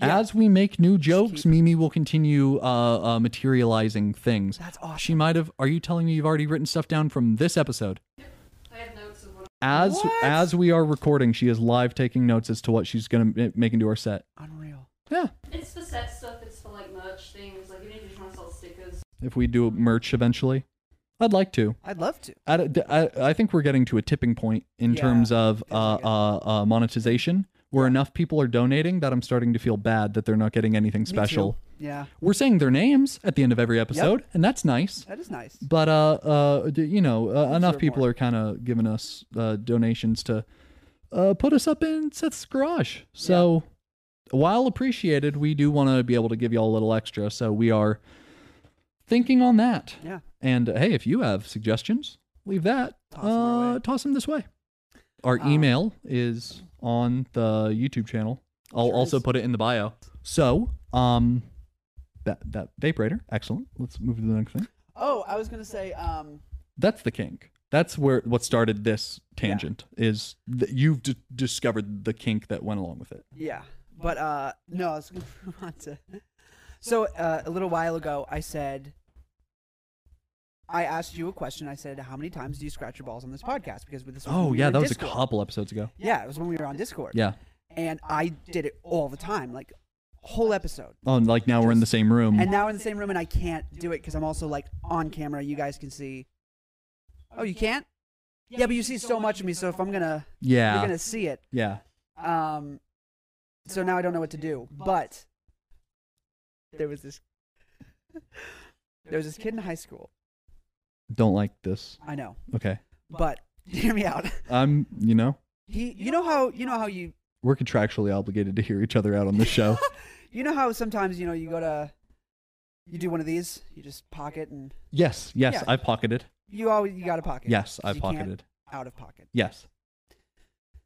[SPEAKER 2] Yeah.
[SPEAKER 1] As we make new jokes,
[SPEAKER 2] keep-
[SPEAKER 1] Mimi will continue uh, uh, materializing things.
[SPEAKER 2] That's awesome.
[SPEAKER 1] She might have. Are you telling me you've already written stuff down from this episode?
[SPEAKER 3] I have notes of what
[SPEAKER 1] As
[SPEAKER 2] What?
[SPEAKER 1] as we are recording, she is live taking notes as to what she's gonna ma- make into our set.
[SPEAKER 2] Unreal.
[SPEAKER 1] Yeah,
[SPEAKER 3] It's for set stuff, it's for like merch things, like even if you're trying to sell stickers.
[SPEAKER 1] if we do merch eventually, I'd like to.
[SPEAKER 2] I'd love to.
[SPEAKER 1] I, d- I- I think we're getting to a tipping point in
[SPEAKER 2] Yeah,
[SPEAKER 1] terms of uh,
[SPEAKER 2] definitely.
[SPEAKER 1] uh, uh, monetization. where enough people are donating that I'm starting to feel bad that they're not getting anything
[SPEAKER 2] too.
[SPEAKER 1] special.
[SPEAKER 2] Yeah,
[SPEAKER 1] We're saying their names at the end of every episode, and that's nice.
[SPEAKER 2] that is nice.
[SPEAKER 1] But uh, uh, d- you know, uh, enough
[SPEAKER 2] Deserve
[SPEAKER 1] people
[SPEAKER 2] more.
[SPEAKER 1] are kind of giving us uh, donations to uh, put us up in Seth's garage. So while appreciated, we do want to be able to give y'all a little extra. So we are thinking on that.
[SPEAKER 2] Yeah.
[SPEAKER 1] And uh, hey, if you have suggestions, leave that.
[SPEAKER 2] Toss 'em our
[SPEAKER 1] uh,
[SPEAKER 2] way.
[SPEAKER 1] Toss them this way. Our
[SPEAKER 2] Um,
[SPEAKER 1] email is on the YouTube channel. I'll
[SPEAKER 2] Sure
[SPEAKER 1] also
[SPEAKER 2] is.
[SPEAKER 1] put it in the bio. So, um, that that vaporator, excellent. Let's move to the next thing.
[SPEAKER 2] Oh, I was gonna say, um,
[SPEAKER 1] That's the kink. That's where what started this tangent is that you've d- discovered the kink that went along with it.
[SPEAKER 2] yeah, but uh, no, I was gonna *laughs* move on to. So uh, a little while ago, I said, I asked you a question. I said, how many times do you scratch your balls on this podcast? Because with this, was when
[SPEAKER 1] Oh
[SPEAKER 2] we
[SPEAKER 1] yeah,
[SPEAKER 2] were
[SPEAKER 1] that was a
[SPEAKER 2] Discord.
[SPEAKER 1] couple episodes ago.
[SPEAKER 2] Yeah, it was when we were on Discord.
[SPEAKER 1] Yeah.
[SPEAKER 2] and I did it all the time, like whole episode.
[SPEAKER 1] Oh, and like now we're in the same room.
[SPEAKER 2] And now we're in the same room, and I can't do it because I'm also like on camera. You guys can see. Oh, you can't. Yeah, but you see so much of me, so if I'm gonna,
[SPEAKER 1] yeah.
[SPEAKER 2] you're gonna see it.
[SPEAKER 1] yeah.
[SPEAKER 2] Um, so now I don't know what to do. But there was this, *laughs* there was this kid in high school.
[SPEAKER 1] Don't like this.
[SPEAKER 2] I know,
[SPEAKER 1] Okay.
[SPEAKER 2] but *laughs* hear me out.
[SPEAKER 1] I'm, you know,
[SPEAKER 2] He, you know how, you know how you, *laughs*
[SPEAKER 1] we're contractually obligated to hear each other out on this show.
[SPEAKER 2] you know how sometimes you know you go to, you do one of these, you just pocket and
[SPEAKER 1] yes, yes,
[SPEAKER 2] Yeah.
[SPEAKER 1] I pocketed.
[SPEAKER 2] you always you got to pocket.
[SPEAKER 1] Yes, I
[SPEAKER 2] You can't
[SPEAKER 1] pocketed.
[SPEAKER 2] out of pocket.
[SPEAKER 1] Yes.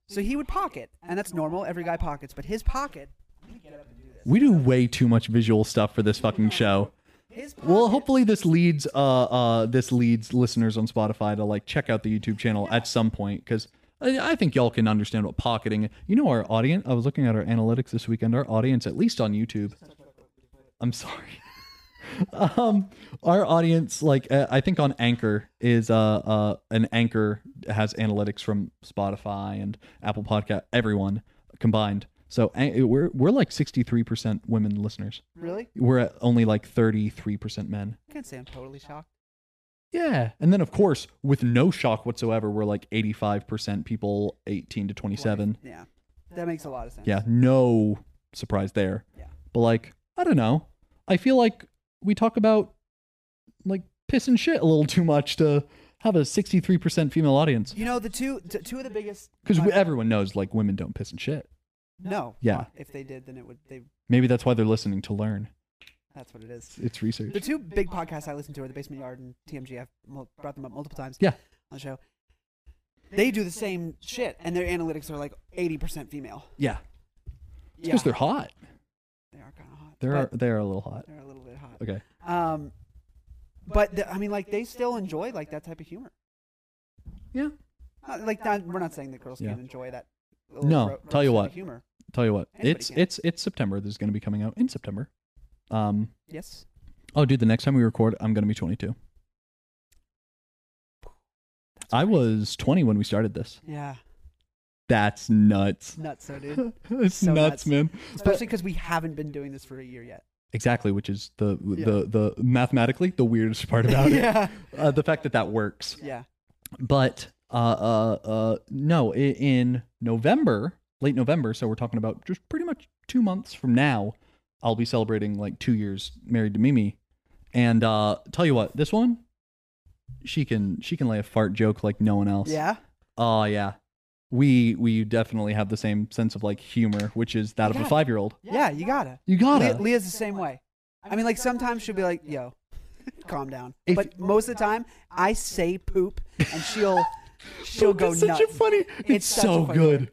[SPEAKER 2] So he would pocket, and that's normal. Every guy pockets, but his pocket. I'm gonna get up and do this.
[SPEAKER 1] We do way too much visual stuff for this fucking show.
[SPEAKER 2] His pocket.
[SPEAKER 1] Well, hopefully this leads uh uh this leads listeners on Spotify to like check out the YouTube channel at some point cuz I I think y'all can understand what pocketing. You know our audience, I was looking at our analytics this weekend, our audience at least on YouTube. I'm sorry. *laughs* um our audience like uh, I think on Anchor is uh uh an Anchor has analytics from Spotify and Apple Podcast everyone combined. So An- we're we're like 63% women listeners
[SPEAKER 2] really?
[SPEAKER 1] we're at only like 33% men.
[SPEAKER 2] I can't say I'm totally shocked.
[SPEAKER 1] Yeah. And then, of course, with no shock whatsoever, we're like 85% people 18 to 27.
[SPEAKER 2] Yeah, that makes a lot of sense.
[SPEAKER 1] Yeah. No surprise there.
[SPEAKER 2] Yeah.
[SPEAKER 1] But like, I don't know. I feel like we talk about like piss and shit a little too much to have a 63% female audience
[SPEAKER 2] You know the two t- two of the biggest.
[SPEAKER 1] because
[SPEAKER 2] my-
[SPEAKER 1] everyone knows like women don't piss and shit.
[SPEAKER 2] no.
[SPEAKER 1] Yeah.
[SPEAKER 2] If they did, then it would. They.
[SPEAKER 1] Maybe that's why they're listening to learn.
[SPEAKER 2] That's what it is.
[SPEAKER 1] It's
[SPEAKER 2] The
[SPEAKER 1] research.
[SPEAKER 2] two big podcasts I listen to are the Basement Yard and TMG. I've mul- brought them up multiple times.
[SPEAKER 1] Yeah.
[SPEAKER 2] On the show. They do the same shit, and their analytics are like 80% female.
[SPEAKER 1] Yeah.
[SPEAKER 2] Yeah.
[SPEAKER 1] Because they're hot.
[SPEAKER 2] They are kind of hot.
[SPEAKER 1] They're,
[SPEAKER 2] but
[SPEAKER 1] they're a little hot.
[SPEAKER 2] They're a little bit hot.
[SPEAKER 1] Okay.
[SPEAKER 2] Um, but the, I mean, like they still enjoy like that type of humor.
[SPEAKER 1] Yeah.
[SPEAKER 2] Not, like not, we're not saying that girls
[SPEAKER 1] Yeah.
[SPEAKER 2] can't enjoy that. little
[SPEAKER 1] No,
[SPEAKER 2] ro-
[SPEAKER 1] tell you
[SPEAKER 2] roast type
[SPEAKER 1] what.
[SPEAKER 2] of Humor.
[SPEAKER 1] Tell you what,
[SPEAKER 2] Anybody
[SPEAKER 1] it's
[SPEAKER 2] can.
[SPEAKER 1] it's it's September. This is going to be coming out in September. Um,
[SPEAKER 2] Yes.
[SPEAKER 1] oh, dude, the next time we record, I'm going to be 22. I was 20 when we started this.
[SPEAKER 2] Yeah.
[SPEAKER 1] That's nuts.
[SPEAKER 2] *laughs* It's nuts, so dude.
[SPEAKER 1] *laughs* it's
[SPEAKER 2] So
[SPEAKER 1] nuts,
[SPEAKER 2] nuts.
[SPEAKER 1] man.
[SPEAKER 2] Especially because we haven't been doing this for a year yet.
[SPEAKER 1] Exactly, which is the
[SPEAKER 2] Yeah.
[SPEAKER 1] the the mathematically the weirdest part
[SPEAKER 2] *laughs*
[SPEAKER 1] about it.
[SPEAKER 2] yeah.
[SPEAKER 1] Uh, the fact that that works.
[SPEAKER 2] Yeah.
[SPEAKER 1] But uh uh uh no, i- in November, late November, so we're talking about just pretty much 2 months from now, I'll be celebrating like 2 years married to Mimi. And uh tell you what, this one she can she can lay a fart joke like no one else.
[SPEAKER 2] Yeah.
[SPEAKER 1] Oh yeah. We we definitely have the same sense of like humor, which is that of a
[SPEAKER 2] Yeah.
[SPEAKER 1] 5-year-old.
[SPEAKER 2] Yeah. You gotta.
[SPEAKER 1] You got
[SPEAKER 2] Le-
[SPEAKER 1] to
[SPEAKER 2] Leah's the same way. I mean, like sometimes she'll be like, "Yo, *laughs* calm down,"
[SPEAKER 1] If-
[SPEAKER 2] but most of the time I say poop, and *laughs* she'll she'll go
[SPEAKER 1] such
[SPEAKER 2] nuts.
[SPEAKER 1] a funny. It's,
[SPEAKER 2] It's such a
[SPEAKER 1] so
[SPEAKER 2] funny
[SPEAKER 1] good.
[SPEAKER 2] word.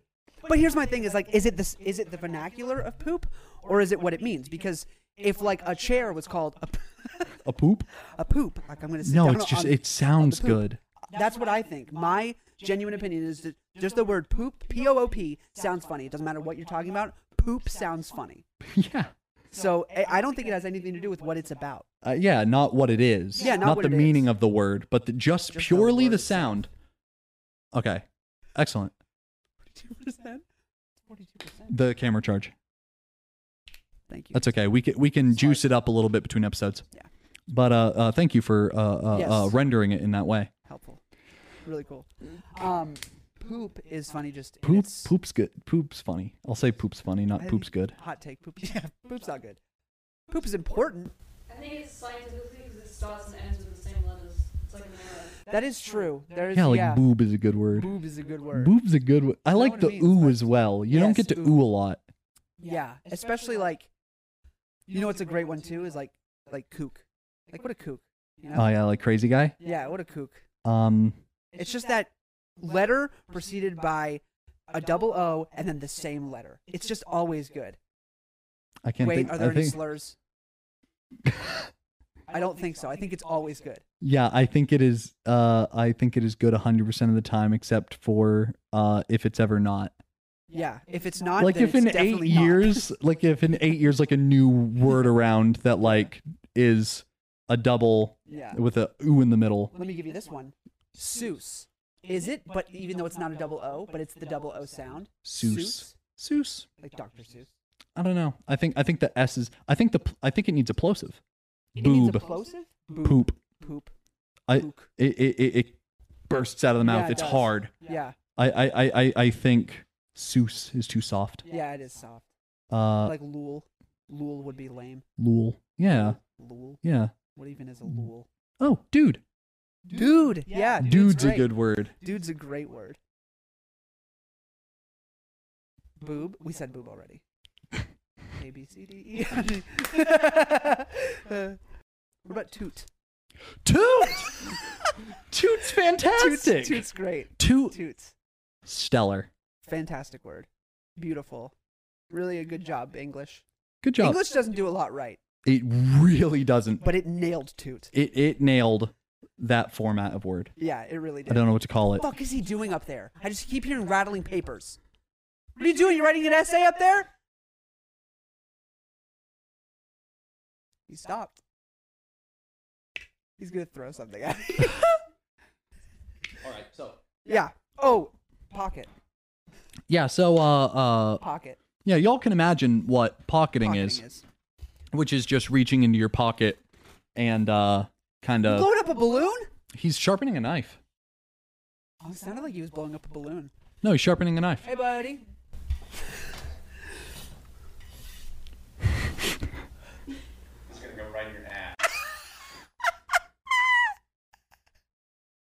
[SPEAKER 2] But here's my thing: is like, is it this? Is it the vernacular of poop, or is it what it means? Because if like a chair was called a, p- *laughs*
[SPEAKER 1] A poop?
[SPEAKER 2] a poop, like I'm gonna sit
[SPEAKER 1] No,
[SPEAKER 2] down
[SPEAKER 1] it's just
[SPEAKER 2] on-
[SPEAKER 1] it sounds
[SPEAKER 2] poop.
[SPEAKER 1] good. *laughs*
[SPEAKER 2] That's what I think. My genuine opinion is that just the word poop, p o o p, sounds funny. It doesn't matter what you're talking about. Poop sounds funny.
[SPEAKER 1] yeah.
[SPEAKER 2] So eh, I- I don't think it has anything to do with what it's about.
[SPEAKER 1] uh, yeah, not what it is.
[SPEAKER 2] Yeah, not what
[SPEAKER 1] the
[SPEAKER 2] it
[SPEAKER 1] meaning
[SPEAKER 2] is.
[SPEAKER 1] of the word, but the, just,
[SPEAKER 2] Just how the
[SPEAKER 1] purely
[SPEAKER 2] word
[SPEAKER 1] the
[SPEAKER 2] is sound.
[SPEAKER 1] sound. Okay, excellent.
[SPEAKER 2] What is that? Forty-two percent.
[SPEAKER 1] The camera charge.
[SPEAKER 2] Thank you.
[SPEAKER 1] That's okay. We can we can
[SPEAKER 2] Sorry.
[SPEAKER 1] juice it up a little bit between episodes.
[SPEAKER 2] Yeah.
[SPEAKER 1] But uh, uh thank you for uh, uh, uh
[SPEAKER 2] Yes.
[SPEAKER 1] rendering it in that way.
[SPEAKER 2] helpful. Really cool. Um, poop is funny just in
[SPEAKER 1] Poop,
[SPEAKER 2] its-
[SPEAKER 1] poop's good. Poop's funny. I'll say poop's funny,
[SPEAKER 2] I
[SPEAKER 1] not
[SPEAKER 2] think-
[SPEAKER 1] poop's good.
[SPEAKER 2] Hot take. Poop. *laughs* Yeah, poop's not good. Poop is important.
[SPEAKER 3] I think it's scientifically because it starts and ends with the same letters. It's like an arrow.
[SPEAKER 2] That is true. There is
[SPEAKER 1] Yeah, like
[SPEAKER 2] yeah.
[SPEAKER 1] boob is a good word.
[SPEAKER 2] Boob is a good word.
[SPEAKER 1] Boob's a good word. I
[SPEAKER 2] know
[SPEAKER 1] like
[SPEAKER 2] what it
[SPEAKER 1] the
[SPEAKER 2] means,
[SPEAKER 1] ooh
[SPEAKER 2] but-
[SPEAKER 1] as well. You don't
[SPEAKER 2] Yes,
[SPEAKER 1] get to
[SPEAKER 2] ooh.
[SPEAKER 1] ooh a lot.
[SPEAKER 2] Yeah, especially like, you know what's a great one too is like like kook. Like what a kook. You know?
[SPEAKER 1] Oh yeah, like crazy guy.
[SPEAKER 2] yeah, what a kook.
[SPEAKER 1] Um,
[SPEAKER 2] It's just that letter preceded by a double O and then the same letter. It's just always good.
[SPEAKER 1] I can't
[SPEAKER 2] Wait,
[SPEAKER 1] think.
[SPEAKER 2] are there
[SPEAKER 1] I
[SPEAKER 2] any
[SPEAKER 1] think. *laughs*
[SPEAKER 2] slurs? I don't think so. I think it's always good.
[SPEAKER 1] Yeah, I think it is. Uh, I think it is good 100 percent of the time, except for uh, if it's ever not.
[SPEAKER 2] Yeah. If it's not,
[SPEAKER 1] like
[SPEAKER 2] then
[SPEAKER 1] if in
[SPEAKER 2] it's
[SPEAKER 1] eight
[SPEAKER 2] definitely not. *laughs*
[SPEAKER 1] years, like if in eight years, like a new word around that like is a double
[SPEAKER 2] Yeah.
[SPEAKER 1] with a ooh in the middle.
[SPEAKER 2] Let me give you this one. Seuss. Is it? But even though it's not a double O, but it's the double O sound.
[SPEAKER 1] Seuss. Seuss.
[SPEAKER 2] like Dr. Seuss.
[SPEAKER 1] I don't know. I think I think the S is. I think the pl- I think it needs a plosive.
[SPEAKER 2] It needs a
[SPEAKER 1] Boob.
[SPEAKER 2] plosive. Boob.
[SPEAKER 1] Poop.
[SPEAKER 2] Poop.
[SPEAKER 1] I-
[SPEAKER 2] Kook.
[SPEAKER 1] It it it, it bursts out of the mouth.
[SPEAKER 2] Yeah, it
[SPEAKER 1] it's
[SPEAKER 2] does.
[SPEAKER 1] hard.
[SPEAKER 2] Yeah.
[SPEAKER 1] I I I I- I think Seuss is too soft.
[SPEAKER 2] Yeah, it is soft.
[SPEAKER 1] Uh,
[SPEAKER 2] like Lul. Lul would be lame.
[SPEAKER 1] Lul. Yeah.
[SPEAKER 2] Lul.
[SPEAKER 1] Yeah.
[SPEAKER 2] What even is a Lul?
[SPEAKER 1] Oh, dude.
[SPEAKER 2] Dude. Yeah.
[SPEAKER 1] Dude's a
[SPEAKER 2] great.
[SPEAKER 1] good word.
[SPEAKER 2] Dude's a great word. Boob. We said
[SPEAKER 1] *laughs*
[SPEAKER 2] boob already. A B C D E. F, G. *laughs* Uh, What about toot? *laughs*
[SPEAKER 1] Toot. Toot's
[SPEAKER 2] Toot's,
[SPEAKER 1] fantastic.
[SPEAKER 2] toot's great.
[SPEAKER 1] Toot.
[SPEAKER 2] Toots.
[SPEAKER 1] Stellar.
[SPEAKER 2] Fantastic word. Beautiful. Really a good job, English.
[SPEAKER 1] Good job.
[SPEAKER 2] English doesn't do a lot right,
[SPEAKER 1] It really doesn't.
[SPEAKER 2] but it nailed toot.
[SPEAKER 1] It it nailed that format of word.
[SPEAKER 2] Yeah, it really
[SPEAKER 1] I
[SPEAKER 2] did.
[SPEAKER 1] don't know what to call it.
[SPEAKER 2] fuck is he doing up there? I just keep hearing rattling papers. What are you doing? You writing an essay up there? He stopped. He's gonna throw something at me. *laughs*
[SPEAKER 1] All right. So.
[SPEAKER 2] yeah. Oh, pocket.
[SPEAKER 1] Yeah. So uh uh
[SPEAKER 2] Pocket.
[SPEAKER 1] yeah, y'all can imagine what pocketing,
[SPEAKER 2] Pocketing
[SPEAKER 1] is, which is just reaching into your pocket and uh kind
[SPEAKER 2] You
[SPEAKER 1] of.
[SPEAKER 2] blowing up a balloon?
[SPEAKER 1] He's sharpening a knife.
[SPEAKER 2] Oh, it sounded like he was blowing up a balloon.
[SPEAKER 1] No, he's sharpening a knife.
[SPEAKER 2] Hey, buddy.
[SPEAKER 4] It's gonna go right in your ass.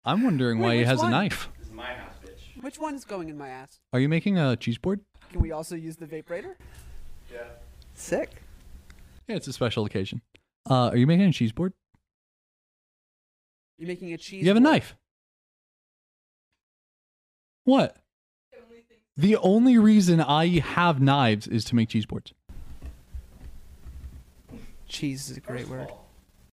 [SPEAKER 1] I'm wondering
[SPEAKER 2] Wait,
[SPEAKER 1] why he
[SPEAKER 2] which
[SPEAKER 1] has
[SPEAKER 2] one?
[SPEAKER 1] a knife.
[SPEAKER 4] This is my house, bitch.
[SPEAKER 2] Which one's going in my ass?
[SPEAKER 1] Are you making a cheese board?
[SPEAKER 2] Can we also use the vaporator?
[SPEAKER 4] Yeah.
[SPEAKER 2] Sick.
[SPEAKER 1] Yeah, it's a special occasion. Uh, are you making a cheese board?
[SPEAKER 2] You're making a cheese.
[SPEAKER 1] You have a
[SPEAKER 2] board.
[SPEAKER 1] knife. What? The only reason I have knives is to make cheese boards.
[SPEAKER 2] Cheese is a great word.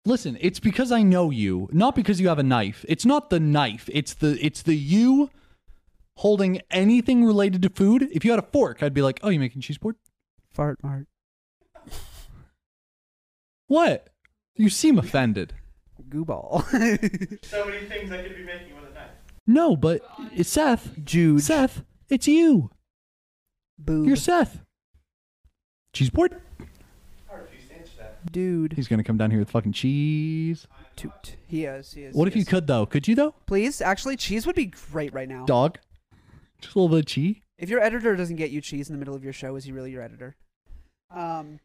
[SPEAKER 1] Listen, it's because I know you, not because you have a knife. It's not the knife. It's the it's the you holding anything related to food. If you had a fork, I'd be like, "Oh, you making cheese board?
[SPEAKER 2] Fart mart.
[SPEAKER 1] What? You seem offended."
[SPEAKER 2] Goo ball. *laughs*
[SPEAKER 4] So many things I could be making with a knife.
[SPEAKER 1] No, but it's Seth.
[SPEAKER 2] Jude.
[SPEAKER 1] Seth, it's you.
[SPEAKER 2] Boob.
[SPEAKER 1] You're Seth. Cheese board.
[SPEAKER 4] I refuse to answer that.
[SPEAKER 2] Dude.
[SPEAKER 1] He's gonna come down here with fucking cheese.
[SPEAKER 2] Toot. He is. He is.
[SPEAKER 1] What
[SPEAKER 2] he
[SPEAKER 1] if you
[SPEAKER 2] is.
[SPEAKER 1] could though? Could you though?
[SPEAKER 2] Please, actually, cheese would be great right now.
[SPEAKER 1] Dog. Just a little bit of cheese.
[SPEAKER 2] If your editor doesn't get you cheese in the middle of your show, is he really your editor? Um.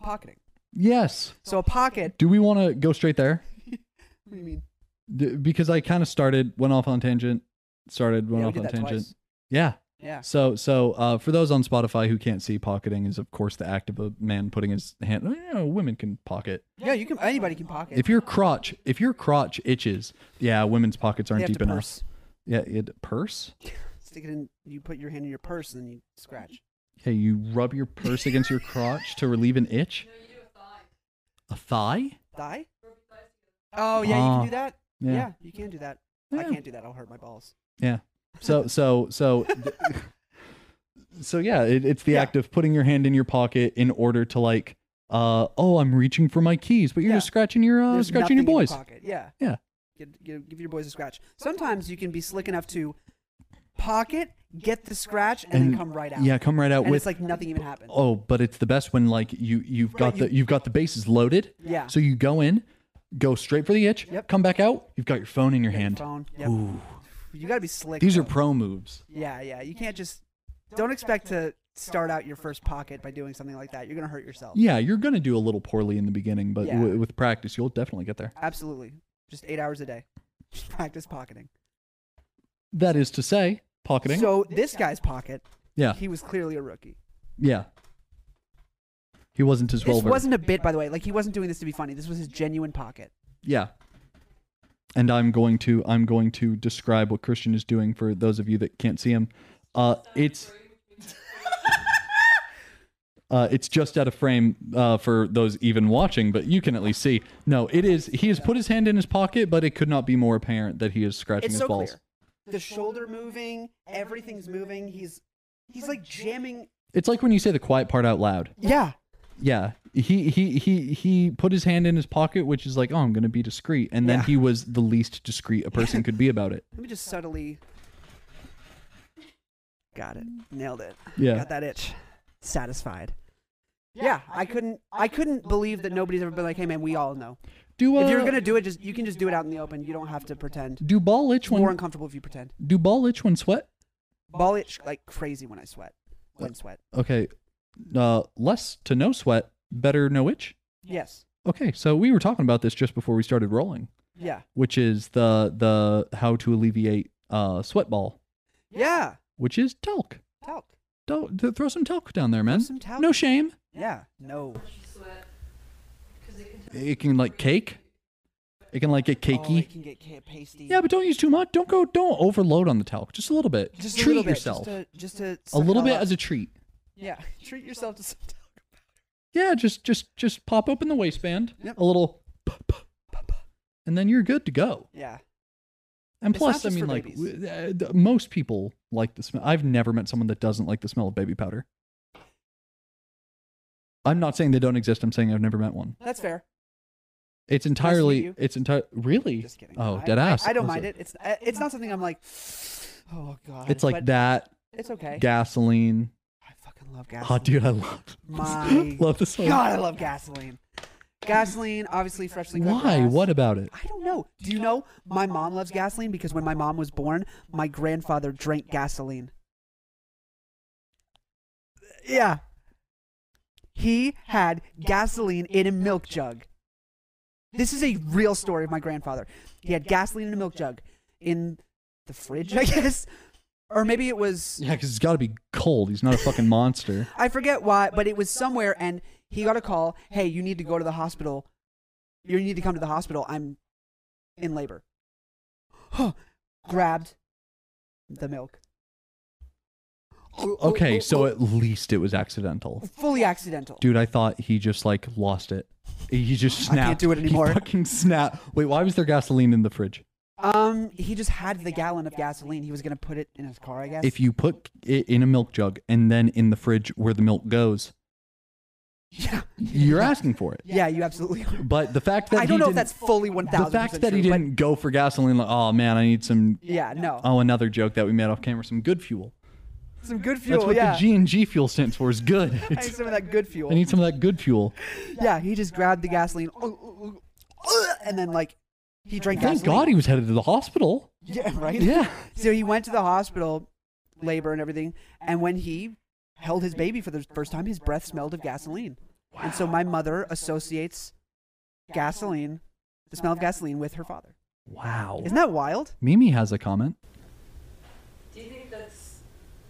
[SPEAKER 2] Pocketing.
[SPEAKER 1] Yes.
[SPEAKER 2] So a pocket.
[SPEAKER 1] Do we want to go straight there?
[SPEAKER 2] What do you mean?
[SPEAKER 1] D- because I kind of started, went off on tangent, started, went
[SPEAKER 2] yeah, we
[SPEAKER 1] off
[SPEAKER 2] did
[SPEAKER 1] on
[SPEAKER 2] that
[SPEAKER 1] tangent.
[SPEAKER 2] twice.
[SPEAKER 1] Yeah.
[SPEAKER 2] Yeah.
[SPEAKER 1] So, so uh, for those on Spotify who can't see, pocketing is of course the act of a man putting his hand. You know, women can pocket.
[SPEAKER 2] Yeah, you can. Anybody can pocket.
[SPEAKER 1] If your crotch, if your crotch itches, yeah, women's pockets
[SPEAKER 2] They
[SPEAKER 1] aren't
[SPEAKER 2] have
[SPEAKER 1] deep
[SPEAKER 2] to
[SPEAKER 1] enough.
[SPEAKER 2] purse.
[SPEAKER 1] Yeah, it purse.
[SPEAKER 2] Stick it in. You put your hand in your purse and then you scratch.
[SPEAKER 1] Okay, you rub your purse against your crotch to relieve an *laughs* itch.
[SPEAKER 3] No, you do a thigh.
[SPEAKER 1] A thigh?
[SPEAKER 2] Thigh?
[SPEAKER 3] Rub your thighs together.
[SPEAKER 2] Oh yeah, you
[SPEAKER 1] Ah,
[SPEAKER 2] can do that. Yeah, you can do that. I
[SPEAKER 1] Yeah.
[SPEAKER 2] can't do that. I'll hurt my balls.
[SPEAKER 1] Yeah. So so so th- *laughs* so yeah, it, it's the
[SPEAKER 2] Yeah.
[SPEAKER 1] act of putting your hand in your pocket in order to like, uh, oh, I'm reaching for my keys, but you're
[SPEAKER 2] Yeah.
[SPEAKER 1] just scratching your uh,
[SPEAKER 2] There's
[SPEAKER 1] scratching your
[SPEAKER 2] nothing in
[SPEAKER 1] boys.
[SPEAKER 2] pocket. Yeah.
[SPEAKER 1] Yeah.
[SPEAKER 2] Give, give, give your boys a scratch. Sometimes you can be slick enough to pocket, get the scratch, and, then
[SPEAKER 1] And-
[SPEAKER 2] come right out.
[SPEAKER 1] yeah, come right out
[SPEAKER 2] And
[SPEAKER 1] with.
[SPEAKER 2] it's like nothing even happened.
[SPEAKER 1] oh, but it's the best when like you you've got
[SPEAKER 2] Right, you-
[SPEAKER 1] the you've got the bases loaded.
[SPEAKER 2] yeah.
[SPEAKER 1] So you go in, go straight for the itch,
[SPEAKER 2] Yep.
[SPEAKER 1] come back out. You've got your phone in your
[SPEAKER 2] Get your
[SPEAKER 1] hand.
[SPEAKER 2] Phone. Yep.
[SPEAKER 1] Ooh,
[SPEAKER 2] you got to be slick.
[SPEAKER 1] These are
[SPEAKER 2] though.
[SPEAKER 1] pro moves.
[SPEAKER 2] Yeah, yeah. You can't just don't expect to start out your first pocket by doing something like that. You're gonna hurt yourself.
[SPEAKER 1] Yeah, you're gonna do a little poorly in the beginning, but
[SPEAKER 2] Yeah.
[SPEAKER 1] w- with practice, you'll definitely get there.
[SPEAKER 2] Absolutely. Just eight hours a day. Just practice pocketing.
[SPEAKER 1] That is to say, pocketing.
[SPEAKER 2] So this guy's pocket,
[SPEAKER 1] yeah,
[SPEAKER 2] he was clearly a rookie.
[SPEAKER 1] yeah. He wasn't as well
[SPEAKER 2] This
[SPEAKER 1] versed.
[SPEAKER 2] wasn't a bit, by the way. Like he wasn't doing this to be funny. This was his genuine pocket.
[SPEAKER 1] Yeah. And I'm going to I'm going to describe what Christian is doing for those of you that can't see him. Uh, it's *laughs* uh, it's just out of frame uh, for those even watching, but you can at least see. No, it is. He has put his hand in his pocket, but it could not be more apparent that he is scratching
[SPEAKER 2] It's
[SPEAKER 1] his
[SPEAKER 2] so
[SPEAKER 1] balls.
[SPEAKER 2] clear. The shoulder moving, everything's moving. He's he's like jamming.
[SPEAKER 1] It's like when you say the quiet part out loud.
[SPEAKER 2] Yeah.
[SPEAKER 1] Yeah, he he he he put his hand in his pocket, which is like, oh, I'm gonna be discreet, and then
[SPEAKER 2] Yeah.
[SPEAKER 1] he was the least discreet a person could be about it.
[SPEAKER 2] Let me just subtly. Got it. Nailed it.
[SPEAKER 1] Yeah.
[SPEAKER 2] Got that itch. Satisfied. Yeah, I couldn't. I couldn't believe that nobody's ever been like, "Hey, man, we all know.
[SPEAKER 1] Do uh,
[SPEAKER 2] *laughs* If you're gonna do it, just you can just do it out in the open. You don't have to pretend.
[SPEAKER 1] do ball itch
[SPEAKER 2] It's more
[SPEAKER 1] when
[SPEAKER 2] uncomfortable if you pretend.
[SPEAKER 1] do ball itch when sweat?
[SPEAKER 2] Ball itch like crazy when I sweat. When sweat.
[SPEAKER 1] Okay, uh, less to no sweat, better no itch.
[SPEAKER 2] Yes.
[SPEAKER 1] Okay, so we were talking about this just before we started rolling,
[SPEAKER 2] Yeah.
[SPEAKER 1] which is the the how to alleviate uh sweat ball,
[SPEAKER 2] Yeah.
[SPEAKER 1] which is talc.
[SPEAKER 2] Talc.
[SPEAKER 1] Don't th- throw some talc down there, man.
[SPEAKER 2] some talc.
[SPEAKER 1] No shame.
[SPEAKER 2] Yeah. No.
[SPEAKER 3] sweat. Because it can
[SPEAKER 1] It can like cake. It can like get cakey.
[SPEAKER 2] Oh, it can get ca- pasty.
[SPEAKER 1] Yeah, but don't use too much. Don't go. Don't overload on the talc. Just a little bit.
[SPEAKER 2] Just a
[SPEAKER 1] treat
[SPEAKER 2] little bit,
[SPEAKER 1] yourself
[SPEAKER 2] Just to. Just to
[SPEAKER 1] a little bit as a treat.
[SPEAKER 2] Yeah. *laughs* Treat yourself to some talc.
[SPEAKER 1] Yeah, just just just pop open the waistband. A little, pop, pop, pop, pop, and then you're good to go.
[SPEAKER 2] Yeah.
[SPEAKER 1] And
[SPEAKER 2] It's
[SPEAKER 1] plus,
[SPEAKER 2] not
[SPEAKER 1] I
[SPEAKER 2] just
[SPEAKER 1] mean,
[SPEAKER 2] for
[SPEAKER 1] like
[SPEAKER 2] babies.
[SPEAKER 1] w- uh, th- most people like the smell. I've never met someone that doesn't like the smell of baby powder. I'm not saying they don't exist. I'm saying I've never met one.
[SPEAKER 2] That's fair.
[SPEAKER 1] It's entirely.
[SPEAKER 2] you.
[SPEAKER 1] It's entire. Really?
[SPEAKER 2] Just kidding.
[SPEAKER 1] Oh,
[SPEAKER 2] I-
[SPEAKER 1] dead ass.
[SPEAKER 2] I, I don't
[SPEAKER 1] That's
[SPEAKER 2] mind
[SPEAKER 1] a-
[SPEAKER 2] it. It's uh, it's not something I'm like. *sighs* Oh God.
[SPEAKER 1] It's like
[SPEAKER 2] but
[SPEAKER 1] that
[SPEAKER 2] It's okay.
[SPEAKER 1] gasoline.
[SPEAKER 2] I fucking love gasoline.
[SPEAKER 1] Oh, dude, I love. *laughs*
[SPEAKER 2] My
[SPEAKER 1] love the smell.
[SPEAKER 2] God, I love gasoline. Gasoline, obviously freshly cut
[SPEAKER 1] Why?
[SPEAKER 2] grass.
[SPEAKER 1] What about it?
[SPEAKER 2] I don't know. Do you know my mom loves gasoline because when my mom was born, my grandfather drank gasoline. Yeah. He had gasoline in a milk jug. This is a real story of my grandfather. He had gasoline in a milk jug in the fridge, *laughs* I guess. Or maybe it was
[SPEAKER 1] Yeah, because it's got to be cold. He's not a fucking
[SPEAKER 2] *laughs*
[SPEAKER 1] monster.
[SPEAKER 2] I forget why, but it was somewhere, and he got a call. Hey, you need to go to the hospital. You need to come to the hospital. I'm in labor. *gasps* Grabbed the milk.
[SPEAKER 1] Okay, so at least it was accidental.
[SPEAKER 2] fully accidental.
[SPEAKER 1] Dude, I thought he just like lost it. He just
[SPEAKER 2] I
[SPEAKER 1] snapped.
[SPEAKER 2] can't do it anymore.
[SPEAKER 1] He fucking snapped. Wait, why was there gasoline in the fridge?
[SPEAKER 2] Um, he just had the gallon of gasoline. He was gonna put it in his car, I guess.
[SPEAKER 1] If you put it in a milk jug and then in the fridge where the milk goes,
[SPEAKER 2] *laughs* yeah, *laughs*
[SPEAKER 1] you're asking for it.
[SPEAKER 2] yeah, you absolutely. Are.
[SPEAKER 1] But the fact that
[SPEAKER 2] I don't
[SPEAKER 1] he
[SPEAKER 2] know if
[SPEAKER 1] didn't-
[SPEAKER 2] that's fully one
[SPEAKER 1] the
[SPEAKER 2] thousand.
[SPEAKER 1] fact that he didn't go for gasoline. Like, oh man, I need some.
[SPEAKER 2] yeah, no.
[SPEAKER 1] Oh, another joke that we made off camera. Some good fuel.
[SPEAKER 2] Some good fuel.
[SPEAKER 1] That's what
[SPEAKER 2] yeah.
[SPEAKER 1] the G and G fuel stands for. Is good.
[SPEAKER 2] *laughs* I need
[SPEAKER 1] It's-
[SPEAKER 2] some of that good fuel.
[SPEAKER 1] I need some of that good fuel.
[SPEAKER 2] Yeah, he just grabbed the gasoline, uh, and then like he drank
[SPEAKER 1] Thank
[SPEAKER 2] gasoline.
[SPEAKER 1] God he was headed to the hospital.
[SPEAKER 2] *laughs* Yeah, right.
[SPEAKER 1] Yeah.
[SPEAKER 2] So he went to the hospital, labor and everything, and when he held his baby for the first time, his breath smelled of gasoline. And so my mother associates gasoline, the smell of gasoline, with her father.
[SPEAKER 1] Wow.
[SPEAKER 2] Isn't that wild?
[SPEAKER 1] Mimi has a comment.
[SPEAKER 3] Do you think that's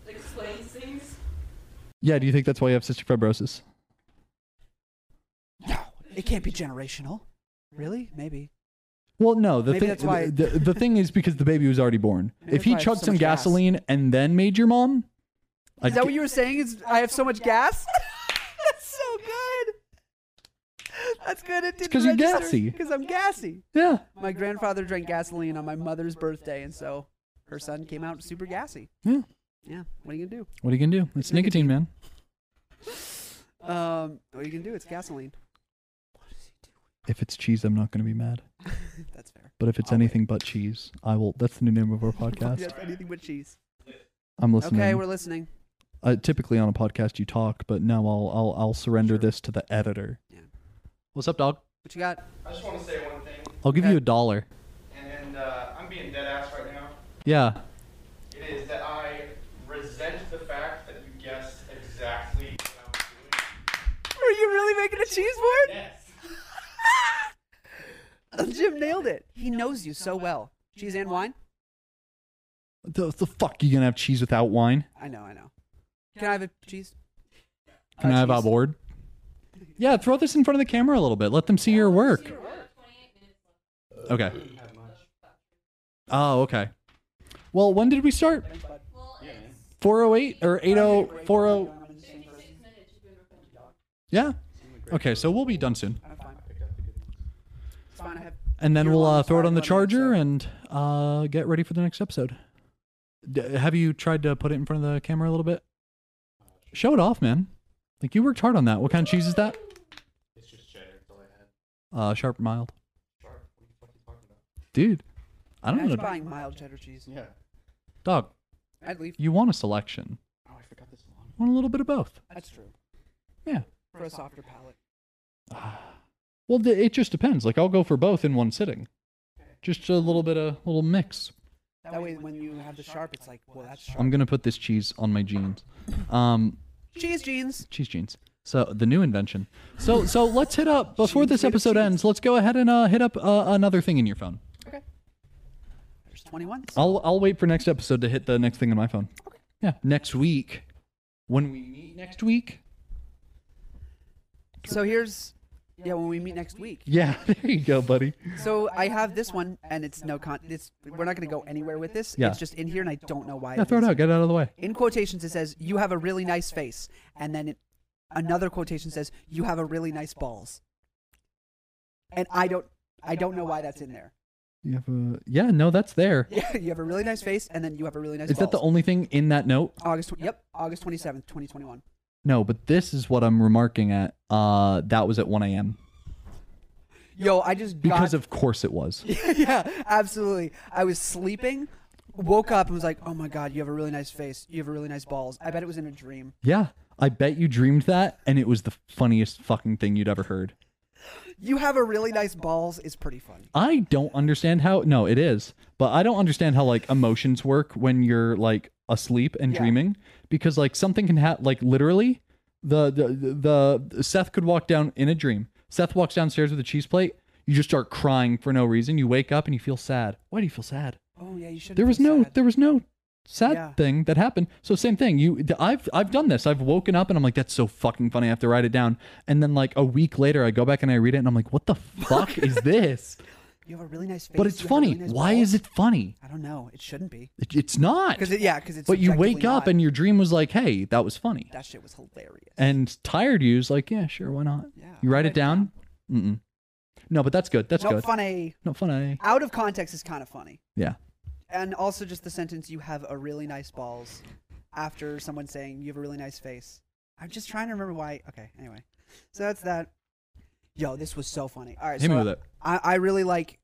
[SPEAKER 3] explains things?
[SPEAKER 1] Yeah, do you think that's why you have cystic fibrosis?
[SPEAKER 2] No, it can't be generational. Really? Maybe.
[SPEAKER 1] Well, no. The
[SPEAKER 2] Maybe
[SPEAKER 1] thing
[SPEAKER 2] that's why-
[SPEAKER 1] the, the thing is because the baby was already
[SPEAKER 2] *laughs*
[SPEAKER 1] born.
[SPEAKER 2] Maybe
[SPEAKER 1] if he
[SPEAKER 2] that's why I have
[SPEAKER 1] chugged
[SPEAKER 2] so
[SPEAKER 1] some
[SPEAKER 2] much gas.
[SPEAKER 1] gasoline and then made your mom,
[SPEAKER 2] Is that what you were saying? Is I have so much
[SPEAKER 1] *laughs*
[SPEAKER 2] gas? That's so good. That's good. It didn't
[SPEAKER 1] 'cause you're gassy.
[SPEAKER 2] Because I'm gassy.
[SPEAKER 1] yeah.
[SPEAKER 2] My grandfather drank gasoline on my mother's birthday, and so her son came out super gassy.
[SPEAKER 1] Yeah.
[SPEAKER 2] Yeah, what are you gonna
[SPEAKER 1] What are you gonna do? It's nicotine, man.
[SPEAKER 2] do? Um, what are you gonna do? It's gasoline. *laughs*
[SPEAKER 1] If it's cheese, I'm not gonna be mad.
[SPEAKER 2] That's fair.
[SPEAKER 1] But if it's
[SPEAKER 2] I'll wait.
[SPEAKER 1] anything but cheese, I will. That's the new name
[SPEAKER 2] *laughs*
[SPEAKER 1] of our podcast.
[SPEAKER 2] Yes, anything but cheese.
[SPEAKER 1] I'm listening.
[SPEAKER 2] Okay, we're listening.
[SPEAKER 1] uh, typically on a podcast you talk, but now I'll I'll I'll surrender this to the editor.
[SPEAKER 2] Yeah.
[SPEAKER 1] What's up, dog?
[SPEAKER 2] What you got?
[SPEAKER 4] I just want to say one thing,
[SPEAKER 1] I'll give
[SPEAKER 2] Okay.
[SPEAKER 1] you a dollar.
[SPEAKER 4] and, and uh, I'm being dead ass right now.
[SPEAKER 1] Yeah.
[SPEAKER 4] It is that I resent the fact that you guessed exactly what I
[SPEAKER 2] Were you really making a cheese board? *laughs*
[SPEAKER 4] Yes.
[SPEAKER 2] Um, Jim nailed it. He knows you so well. Cheese and wine?
[SPEAKER 1] The, the fuck you gonna have cheese without wine?
[SPEAKER 2] I know, I know. Can I have a cheese?
[SPEAKER 1] Can
[SPEAKER 2] Uh,
[SPEAKER 1] I have
[SPEAKER 2] cheese.
[SPEAKER 1] a board? Yeah, throw this in front of the camera a little bit. Let them see your work. Okay. Oh, okay. Well, when did we start?
[SPEAKER 3] Well, it's
[SPEAKER 1] 408 or oh, 8040? Yeah. Okay, so we'll be done soon.
[SPEAKER 2] I'm fine. It's fine, I have.
[SPEAKER 1] And then
[SPEAKER 2] You're
[SPEAKER 1] we'll
[SPEAKER 2] on
[SPEAKER 1] uh,
[SPEAKER 2] the
[SPEAKER 1] throw it
[SPEAKER 2] fire
[SPEAKER 1] on the
[SPEAKER 2] button,
[SPEAKER 1] charger
[SPEAKER 2] so-
[SPEAKER 1] and uh, get ready for the next episode. D- have you tried to put it in front of the camera a little bit? Show it off, man. Like you worked hard on that. What kind of cheese is that?
[SPEAKER 4] It's just cheddar. That's all I had.
[SPEAKER 1] Uh, sharp mild.
[SPEAKER 4] Sharp. What the fuck are you talking about?
[SPEAKER 1] Dude, I don't
[SPEAKER 2] Imagine
[SPEAKER 1] know.
[SPEAKER 2] buying mild cheddar cheese.
[SPEAKER 4] Yeah.
[SPEAKER 1] Dog,
[SPEAKER 2] I'd leave.
[SPEAKER 1] you want a selection.
[SPEAKER 4] Oh, I forgot this one.
[SPEAKER 1] Want a little bit of both.
[SPEAKER 2] That's true.
[SPEAKER 1] Yeah.
[SPEAKER 2] For a softer palate.
[SPEAKER 1] Well, th- it just depends. Like I'll go for both in one sitting. Just a little bit of little mix.
[SPEAKER 2] That way, when you have the sharp, it's like, well, that's sharp.
[SPEAKER 1] I'm gonna put this cheese on my jeans. Um,
[SPEAKER 2] Cheese jeans.
[SPEAKER 1] cheese jeans. So the new invention. So so let's hit *laughs* up before this
[SPEAKER 2] Jeans made of
[SPEAKER 1] episode
[SPEAKER 2] cheese.
[SPEAKER 1] ends. Let's go ahead and uh, hit up uh, another thing in your phone.
[SPEAKER 2] There's 21.
[SPEAKER 1] I'll I'll wait for next episode to hit the next thing on my phone. Yeah, next week when we meet next week.
[SPEAKER 2] So here's, yeah, when we meet next week.
[SPEAKER 1] Yeah, *laughs* there you go, buddy.
[SPEAKER 2] So I have this one, and it's no con. It's we're not going to go anywhere with this.
[SPEAKER 1] Yeah.
[SPEAKER 2] It's just in here, and I don't know why.
[SPEAKER 1] Yeah, throw it
[SPEAKER 2] is.
[SPEAKER 1] out. Get it out of the way.
[SPEAKER 2] In quotations, it says "you have a really nice face," and then it, another quotation says "you have a really nice balls." And I don't, I don't know why that's in there. *laughs*
[SPEAKER 1] You have a yeah. No, that's there.
[SPEAKER 2] Yeah, you have a really nice face, and then you have a really nice.
[SPEAKER 1] Is that the
[SPEAKER 2] balls.
[SPEAKER 1] only thing in that note?
[SPEAKER 2] August? tw- Yep, August twenty seventh, twenty twenty one.
[SPEAKER 1] No, but this is what I'm remarking at. Uh, that was at 1 a.m.
[SPEAKER 2] Yo, I just got
[SPEAKER 1] Because of course it was.
[SPEAKER 2] *laughs* yeah, absolutely. I was sleeping, woke up and was like, "Oh my god, you have a really nice face. You have a really nice balls." I bet it was in a dream.
[SPEAKER 1] Yeah, I bet you dreamed that, and it was the funniest fucking thing you'd ever heard.
[SPEAKER 2] You have a really nice balls is pretty funny.
[SPEAKER 1] I don't understand how. No, it is, but I don't understand how like emotions work when you're like asleep and
[SPEAKER 2] Yeah.
[SPEAKER 1] dreaming because like something can happen. Like literally, the, the the Seth could walk down in a dream. Seth walks downstairs with a cheese plate. You just start crying for no reason. You wake up and you feel sad. Why do you feel sad?
[SPEAKER 2] Oh yeah, you should.
[SPEAKER 1] there was no
[SPEAKER 2] Sad.
[SPEAKER 1] there was no sad
[SPEAKER 2] Yeah.
[SPEAKER 1] thing that happened so same thing you th- i've i've done this i've woken up and i'm like that's so fucking funny i have to write it down and then like a week later i go back and i read it and i'm like what
[SPEAKER 2] *laughs*
[SPEAKER 1] the fuck is this
[SPEAKER 2] You have a really nice face.
[SPEAKER 1] but it's
[SPEAKER 2] you have a really
[SPEAKER 1] funny
[SPEAKER 2] nice
[SPEAKER 1] why is
[SPEAKER 2] balls."
[SPEAKER 1] it funny
[SPEAKER 2] I don't know. It shouldn't be.
[SPEAKER 1] It- it's not
[SPEAKER 2] Because it, yeah, because it's.
[SPEAKER 1] but you
[SPEAKER 2] objectively
[SPEAKER 1] wake up
[SPEAKER 2] not.
[SPEAKER 1] and your dream was like hey that was funny
[SPEAKER 2] that shit was hilarious.
[SPEAKER 1] and tired you's like yeah sure why not
[SPEAKER 2] Yeah,
[SPEAKER 1] you write it down Mm-mm. no but that's good that's
[SPEAKER 2] Not
[SPEAKER 1] good
[SPEAKER 2] funny.
[SPEAKER 1] not funny
[SPEAKER 2] Out of context is kind of funny,
[SPEAKER 1] yeah
[SPEAKER 2] and also just the sentence "you have a really nice balls," after someone saying "you have a really nice face." I'm just trying to remember why. Okay, anyway, so that's that. Yo, this was so funny. All right,
[SPEAKER 1] Hit
[SPEAKER 2] so
[SPEAKER 1] me with it.
[SPEAKER 2] I, I really like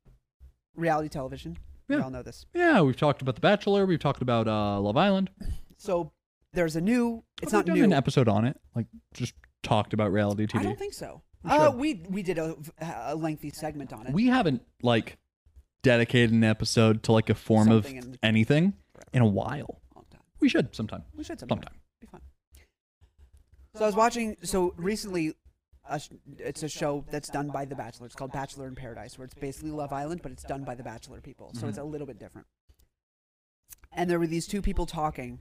[SPEAKER 2] reality television. We
[SPEAKER 1] Yeah.
[SPEAKER 2] all know this.
[SPEAKER 1] yeah we've talked about the bachelor we've talked about uh love island
[SPEAKER 2] So there's a new. It's
[SPEAKER 1] Have
[SPEAKER 2] not
[SPEAKER 1] we done
[SPEAKER 2] new.
[SPEAKER 1] an episode on it like just talked about reality tv
[SPEAKER 2] I don't think so.
[SPEAKER 1] We
[SPEAKER 2] uh,
[SPEAKER 1] should.
[SPEAKER 2] we we did a, a lengthy segment on it.
[SPEAKER 1] we haven't like dedicated an episode to like a form
[SPEAKER 2] Something
[SPEAKER 1] of
[SPEAKER 2] in-
[SPEAKER 1] anything in a while
[SPEAKER 2] Long time.
[SPEAKER 1] we should sometime
[SPEAKER 2] We should sometime.
[SPEAKER 1] sometime
[SPEAKER 2] Be fun. So I was watching. So recently, a sh- it's a show that's done by The Bachelor. It's called Bachelor in Paradise, where it's basically Love Island, but it's done by The Bachelor people. So it's a little bit different. And there were these two people talking,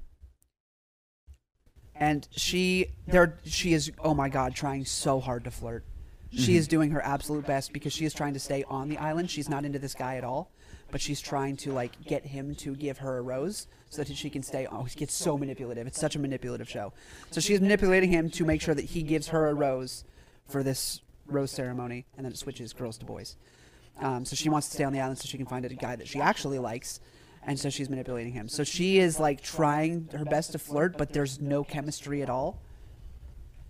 [SPEAKER 2] and she, there, she is. Oh my God, trying so hard to flirt. She is doing her absolute best because she is trying to stay on the island. She's not into this guy at all, but she's trying to like get him to give her a rose so that she can stay. Oh, it gets so manipulative. It's such a manipulative show. So she's manipulating him to make sure that he gives her a rose for this rose ceremony, and then it switches girls to boys. Um, so she wants to stay on the island so she can find a guy that she actually likes, and so she's manipulating him. So she is like trying her best to flirt, but there's no chemistry at all.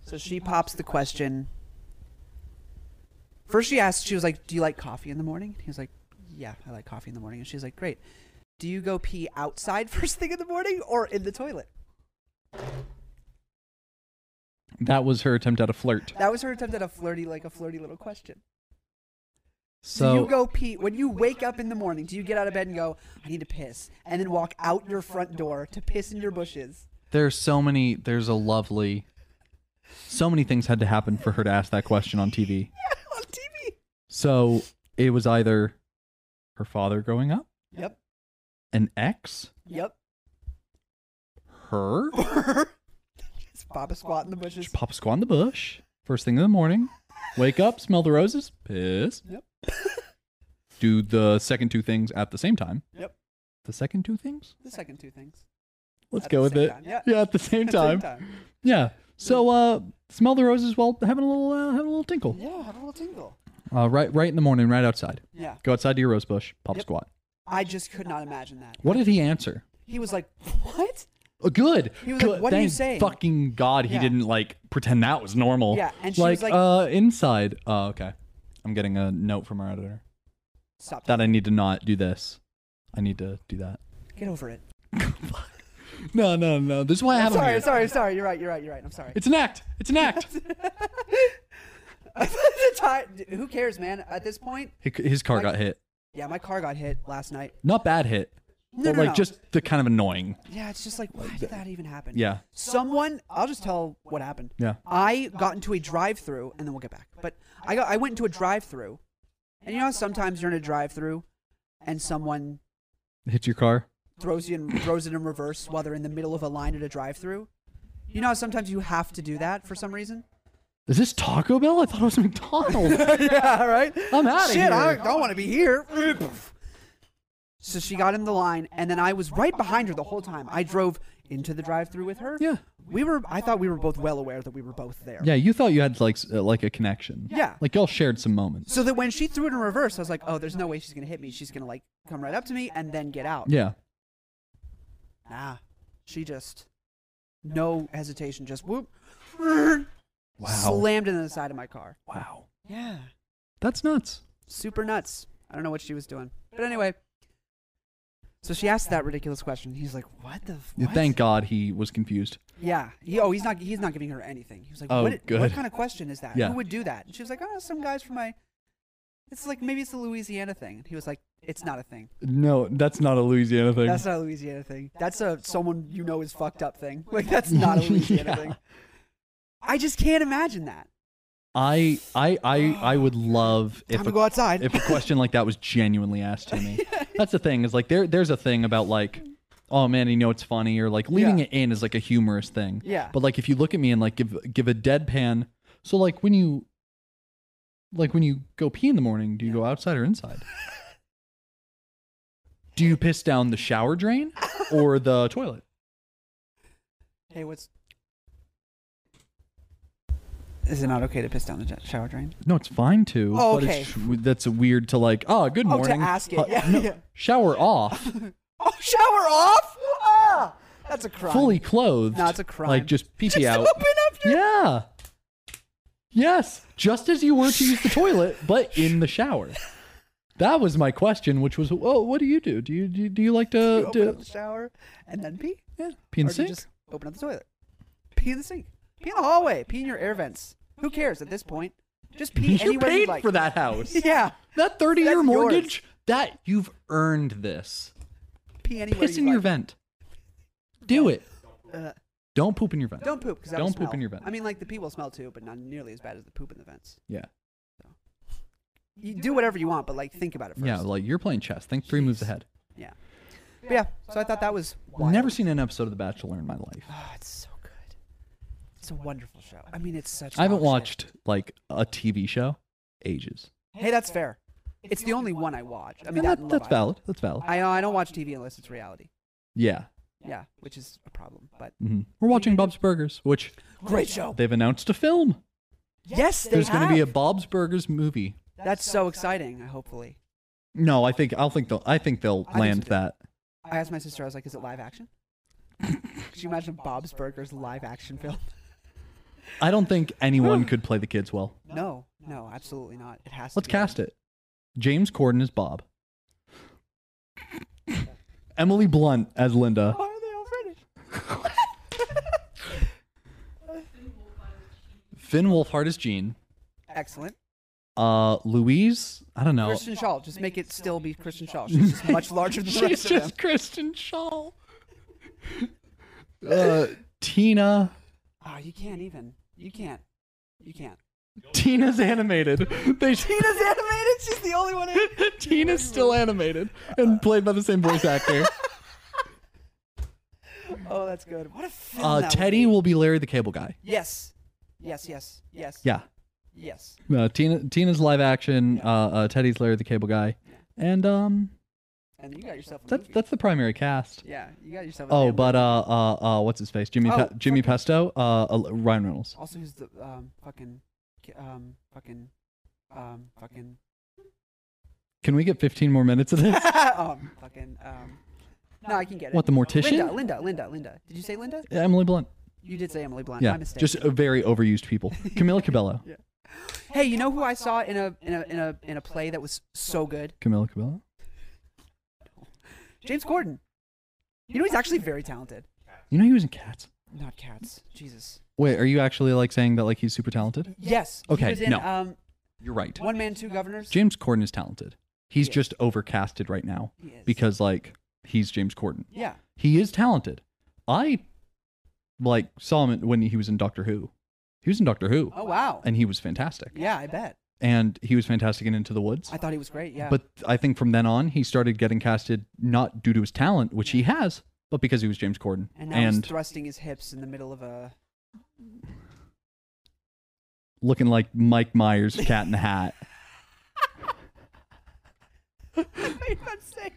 [SPEAKER 2] So she pops the question. First, she asked, she was like, Do you like coffee in the morning? He was like, Yeah, I like coffee in the morning. And she's like, Great. Do you go pee outside *laughs* first thing in the morning or in the toilet?
[SPEAKER 1] that was her attempt at a flirt
[SPEAKER 2] That was her attempt at a flirty, like a flirty little question. do you
[SPEAKER 5] So
[SPEAKER 2] go pee when you wake up in the morning? Do you get out of bed and go, "I need to piss," and then walk out your front door to piss in your bushes? *laughs*
[SPEAKER 1] There's so many. There's a lovely. So many things had to happen for her to ask that question on TV.
[SPEAKER 2] On TV.
[SPEAKER 1] So it was either her father growing up,
[SPEAKER 2] Yep.
[SPEAKER 1] an ex,
[SPEAKER 2] Yep.
[SPEAKER 1] her,
[SPEAKER 2] Just pop a squat in the bushes.
[SPEAKER 1] pop a squat in the bush, first thing in the morning, wake up, smell the roses, piss.
[SPEAKER 2] Yep.
[SPEAKER 1] *laughs* Do the second two things at the same time.
[SPEAKER 2] Yep.
[SPEAKER 1] The second two things?
[SPEAKER 2] The second two things.
[SPEAKER 1] Let's
[SPEAKER 2] At
[SPEAKER 1] go
[SPEAKER 2] the
[SPEAKER 1] with
[SPEAKER 2] same
[SPEAKER 1] it.
[SPEAKER 2] time, yeah.
[SPEAKER 1] yeah, at the
[SPEAKER 2] *laughs*
[SPEAKER 1] same time. Yeah. So uh smell the roses while having a little uh, having a little tinkle.
[SPEAKER 2] Yeah, have a little tingle.
[SPEAKER 1] Uh, right right in the morning, right outside.
[SPEAKER 2] Yeah.
[SPEAKER 1] Go outside to your rose bush, pop a
[SPEAKER 2] Yep.
[SPEAKER 1] squat.
[SPEAKER 2] I just could not imagine that.
[SPEAKER 1] What did he answer?
[SPEAKER 2] He was like, "What?"
[SPEAKER 1] Uh, good.
[SPEAKER 2] He was like,
[SPEAKER 1] Good.
[SPEAKER 2] "What are you
[SPEAKER 1] Thank
[SPEAKER 2] saying?"
[SPEAKER 1] Fucking God, he
[SPEAKER 2] Yeah.
[SPEAKER 1] didn't like pretend that was normal.
[SPEAKER 2] Yeah, and she was like-
[SPEAKER 1] uh, inside. Oh, okay. I'm getting a note from our editor
[SPEAKER 2] Stop
[SPEAKER 1] that I need to not do this. I need to do that.
[SPEAKER 2] Get over it.
[SPEAKER 1] No, no, no. This is why I have him
[SPEAKER 2] Sorry,
[SPEAKER 1] here.
[SPEAKER 2] sorry, sorry. You're right. You're right. You're right. I'm sorry. *laughs*
[SPEAKER 1] It's an act. It's an act.
[SPEAKER 2] The ti- Who cares, man? At this point,
[SPEAKER 1] Hi- His car got hit.
[SPEAKER 2] yeah, my car got hit last night.
[SPEAKER 1] Not bad hit.
[SPEAKER 2] No,
[SPEAKER 1] but
[SPEAKER 2] no,
[SPEAKER 1] like
[SPEAKER 2] no.
[SPEAKER 1] just the kind of annoying.
[SPEAKER 2] Yeah, it's just like, why did that even happen?
[SPEAKER 1] Yeah.
[SPEAKER 2] Someone, I'll just tell what happened.
[SPEAKER 1] Yeah.
[SPEAKER 2] I got into a drive-through, and then we'll get back. But I got, I went into a drive-through, and you know, how sometimes you're in a drive-through, and someone
[SPEAKER 1] Hits your car.
[SPEAKER 2] throws you in, throws it in reverse while they're in the middle of a line at a drive-through. You know, how sometimes you have to do that for some reason.
[SPEAKER 1] Is this Taco Bell? I thought it was McDonald's.
[SPEAKER 2] *laughs* yeah, right.
[SPEAKER 1] I'm outta
[SPEAKER 2] Shit, I
[SPEAKER 1] here.
[SPEAKER 2] don't want to be here. so she got in the line, and then I was right behind her the whole time. I drove into the drive-through with her.
[SPEAKER 1] Yeah.
[SPEAKER 2] we were. I thought we were both well aware that we were both there.
[SPEAKER 1] yeah, you thought you had like s- uh, like a connection.
[SPEAKER 2] Yeah.
[SPEAKER 1] Like y'all shared some moments.
[SPEAKER 2] So that when she threw it in reverse, I was like, "Oh, there's no way she's gonna hit me. She's gonna like come right up to me and then get out."
[SPEAKER 1] Yeah.
[SPEAKER 2] Nah, she just no hesitation, just whoop, wow, slammed into the side of my car.
[SPEAKER 1] Wow.
[SPEAKER 2] Yeah,
[SPEAKER 1] That's nuts.
[SPEAKER 2] super nuts. I don't know what she was doing, but anyway. So she asked that ridiculous question. He's like, "What the? f-
[SPEAKER 1] Yeah,
[SPEAKER 2] What?
[SPEAKER 1] Thank God he was confused.
[SPEAKER 2] Yeah. He, oh, he's not. He's not giving her anything. He was like,
[SPEAKER 1] Oh,
[SPEAKER 2] what,
[SPEAKER 1] good.
[SPEAKER 2] what kind of question is that?
[SPEAKER 1] Yeah.
[SPEAKER 2] Who would do that? And she was like, oh, some guys from my. It's like maybe it's a Louisiana thing. And he was like, it's not a thing.
[SPEAKER 1] No, that's not a Louisiana thing.
[SPEAKER 2] That's not a Louisiana thing. That's a someone you know is fucked up thing. Like that's not a Louisiana
[SPEAKER 1] *laughs* Yeah.
[SPEAKER 2] thing. I just can't imagine that.
[SPEAKER 1] I I I I would love if
[SPEAKER 2] Time
[SPEAKER 1] a,
[SPEAKER 2] to go outside.
[SPEAKER 1] if a question like that was genuinely asked to
[SPEAKER 2] *laughs*
[SPEAKER 1] me. That's the thing is like there there's a thing about like oh man you know it's funny or like leaving
[SPEAKER 2] Yeah.
[SPEAKER 1] it in is like a humorous thing.
[SPEAKER 2] Yeah.
[SPEAKER 1] But like if you look at me and like give give a deadpan so like when you like when you go pee in the morning do you go outside or inside? do you piss down the shower drain or the toilet?
[SPEAKER 2] hey, what's? Is it not okay to piss down the j- shower drain? *laughs*
[SPEAKER 1] No, it's fine to.
[SPEAKER 2] Oh,
[SPEAKER 1] but
[SPEAKER 2] okay.
[SPEAKER 1] it's, that's weird to like. Oh, good
[SPEAKER 2] Oh, to
[SPEAKER 1] morning.
[SPEAKER 2] ask it,
[SPEAKER 1] Uh,
[SPEAKER 2] yeah,
[SPEAKER 1] no,
[SPEAKER 2] yeah.
[SPEAKER 1] Shower
[SPEAKER 2] *laughs*
[SPEAKER 1] off,
[SPEAKER 2] Oh, shower off! Ah, that's a crime.
[SPEAKER 1] fully clothed.
[SPEAKER 2] No, it's a crime.
[SPEAKER 1] Like just pee
[SPEAKER 2] *laughs* Just
[SPEAKER 1] pee out.
[SPEAKER 2] open up your.
[SPEAKER 1] Yeah. Yes, just as you were to use the toilet, but in the shower. That was my question, which was, oh, what do you do? Do you do you, do you like
[SPEAKER 2] You
[SPEAKER 1] to
[SPEAKER 2] open
[SPEAKER 1] do,
[SPEAKER 2] up the shower and then pee.
[SPEAKER 1] yeah, Uh, pee in
[SPEAKER 2] Or
[SPEAKER 1] the
[SPEAKER 2] do
[SPEAKER 1] sink?
[SPEAKER 2] you just open up the toilet. Pee in the sink. Pee in the hallway. Pee in your air vents. Who cares at this point?
[SPEAKER 1] *laughs*
[SPEAKER 2] Just pee
[SPEAKER 1] You
[SPEAKER 2] anywhere you
[SPEAKER 1] paid
[SPEAKER 2] like.
[SPEAKER 1] for that house.
[SPEAKER 2] *laughs* Yeah.
[SPEAKER 1] That thirty-year
[SPEAKER 2] That's
[SPEAKER 1] mortgage. That you've earned this.
[SPEAKER 2] Pee anywhere
[SPEAKER 1] Piss
[SPEAKER 2] you
[SPEAKER 1] in your
[SPEAKER 2] like.
[SPEAKER 1] vent. Do it.
[SPEAKER 2] Uh,
[SPEAKER 1] Don't poop in your vent.
[SPEAKER 2] don't poop because
[SPEAKER 1] Don't poop in your vent.
[SPEAKER 2] vents. I mean, like the pee will smell too, but not nearly as bad as the poop in the vents.
[SPEAKER 1] Yeah.
[SPEAKER 2] You do whatever you want, but like think about it first.
[SPEAKER 1] Yeah, like you're playing chess. Think three moves ahead.
[SPEAKER 2] yeah. But yeah. So I thought that was wild.
[SPEAKER 1] Never seen an episode of The Bachelor in my life.
[SPEAKER 2] Oh, it's so good. It's a wonderful show. I mean, it's such.
[SPEAKER 1] I haven't
[SPEAKER 2] dog shit.
[SPEAKER 1] watched like a TV show ages.
[SPEAKER 2] Hey, that's fair. It's the only one I watched. I
[SPEAKER 1] And
[SPEAKER 2] mean, that
[SPEAKER 1] that-
[SPEAKER 2] and Love
[SPEAKER 1] that's
[SPEAKER 2] Island.
[SPEAKER 1] valid. That's valid.
[SPEAKER 2] I I don't watch TV unless it's reality.
[SPEAKER 1] Yeah.
[SPEAKER 2] Yeah, which is a problem. But
[SPEAKER 1] hmm We're watching Bob's Burgers, which
[SPEAKER 2] great show.
[SPEAKER 1] they've announced a film.
[SPEAKER 2] Yes, they
[SPEAKER 1] There's
[SPEAKER 2] going
[SPEAKER 1] to be a Bob's Burgers movie.
[SPEAKER 2] That's so exciting. Hopefully,
[SPEAKER 1] No, I think I'll think they'll I think they'll
[SPEAKER 2] I do
[SPEAKER 1] land
[SPEAKER 2] too.
[SPEAKER 1] that.
[SPEAKER 2] I asked my sister. I was like, "Is it live *laughs* action?" Could you imagine Bob's Burgers live action film?
[SPEAKER 1] I don't think anyone could play the kids well.
[SPEAKER 2] No, no, absolutely not. It has to.
[SPEAKER 1] Let's cast it. James Corden as Bob. Emily Blunt as Linda.
[SPEAKER 2] Why are they all British?
[SPEAKER 1] Finn Wolfhard as Gene.
[SPEAKER 2] Excellent.
[SPEAKER 1] Uh, Louise, I don't know.
[SPEAKER 2] Kristen Shaw. Just make it still be Kristen Shaw. She's just *laughs* much larger than the
[SPEAKER 1] She's
[SPEAKER 2] rest of them.
[SPEAKER 1] just Kristen Shaw. Uh, Tina.
[SPEAKER 2] Oh, you can't even. You can't. You *laughs* can't.
[SPEAKER 1] Tina's animated. They *laughs*
[SPEAKER 2] Tina's animated. She's the only one. In-
[SPEAKER 1] Tina's still animated and played by the same voice actor.
[SPEAKER 2] *laughs* oh, that's good. What a film
[SPEAKER 1] Uh,
[SPEAKER 2] that would
[SPEAKER 1] Teddy
[SPEAKER 2] be.
[SPEAKER 1] will be Larry the Cable Guy.
[SPEAKER 2] Yes. Yes. Yes. Yes.
[SPEAKER 1] Yeah.
[SPEAKER 2] Yes.
[SPEAKER 1] No, Tina, Tina's live action. Uh, uh, Teddy's Larry the Cable Guy, and um,
[SPEAKER 2] And you got yourself. A
[SPEAKER 1] that's
[SPEAKER 2] movie.
[SPEAKER 1] that's the primary cast.
[SPEAKER 2] Yeah. You got yourself. A
[SPEAKER 1] Oh,
[SPEAKER 2] damn
[SPEAKER 1] but uh, uh, uh what's his face? Jimmy,
[SPEAKER 2] Oh,
[SPEAKER 1] Pe- Jimmy
[SPEAKER 2] fucking-
[SPEAKER 1] Pesto, uh, uh, Ryan Reynolds.
[SPEAKER 2] Also, who's the um fucking ki- um fucking um *laughs* fucking
[SPEAKER 1] Can we get 15 more minutes of
[SPEAKER 2] *laughs*
[SPEAKER 1] this?
[SPEAKER 2] um fucking um. No, I can get it.
[SPEAKER 1] What the
[SPEAKER 2] Linda,
[SPEAKER 1] mortician?
[SPEAKER 2] Linda, Linda, Linda. Did you say Linda?
[SPEAKER 1] Emily Blunt.
[SPEAKER 2] You did say Emily Blunt.
[SPEAKER 1] Yeah,
[SPEAKER 2] My mistake.
[SPEAKER 1] just uh, very overused
[SPEAKER 2] *laughs*
[SPEAKER 1] people. Camila Cabello.
[SPEAKER 2] hey, you know who I saw in a in a in a in a play that was so good?
[SPEAKER 1] Camila Cabello.
[SPEAKER 2] James Corden. You know he's actually very talented.
[SPEAKER 1] You know he was in Cats.
[SPEAKER 2] Not cats. Jesus.
[SPEAKER 1] Wait, are you actually like saying that like he's super talented?
[SPEAKER 2] Yes.
[SPEAKER 1] Okay,
[SPEAKER 2] He was in,
[SPEAKER 1] no.
[SPEAKER 2] Um,
[SPEAKER 1] You're right.
[SPEAKER 2] one man, two governors.
[SPEAKER 1] James Corden is talented. He's
[SPEAKER 2] He is.
[SPEAKER 1] just overcasted right now
[SPEAKER 2] He is.
[SPEAKER 1] because like he's James Corden.
[SPEAKER 2] Yeah.
[SPEAKER 1] He is talented. I like saw him when he was in Doctor Who. He was in Doctor Who,
[SPEAKER 2] Oh wow.
[SPEAKER 1] and he was fantastic.
[SPEAKER 2] Yeah, I bet.
[SPEAKER 1] And he was fantastic in Into the Woods.
[SPEAKER 2] I thought he was great. Yeah.
[SPEAKER 1] But I think from then on, he started getting casted not due to his talent, which he has, but because he was James Corden.
[SPEAKER 2] and now he's thrusting his hips in the middle of a. *laughs*
[SPEAKER 1] looking like Mike Myers, Cat in the
[SPEAKER 2] *laughs*
[SPEAKER 1] Hat.
[SPEAKER 2] I about to say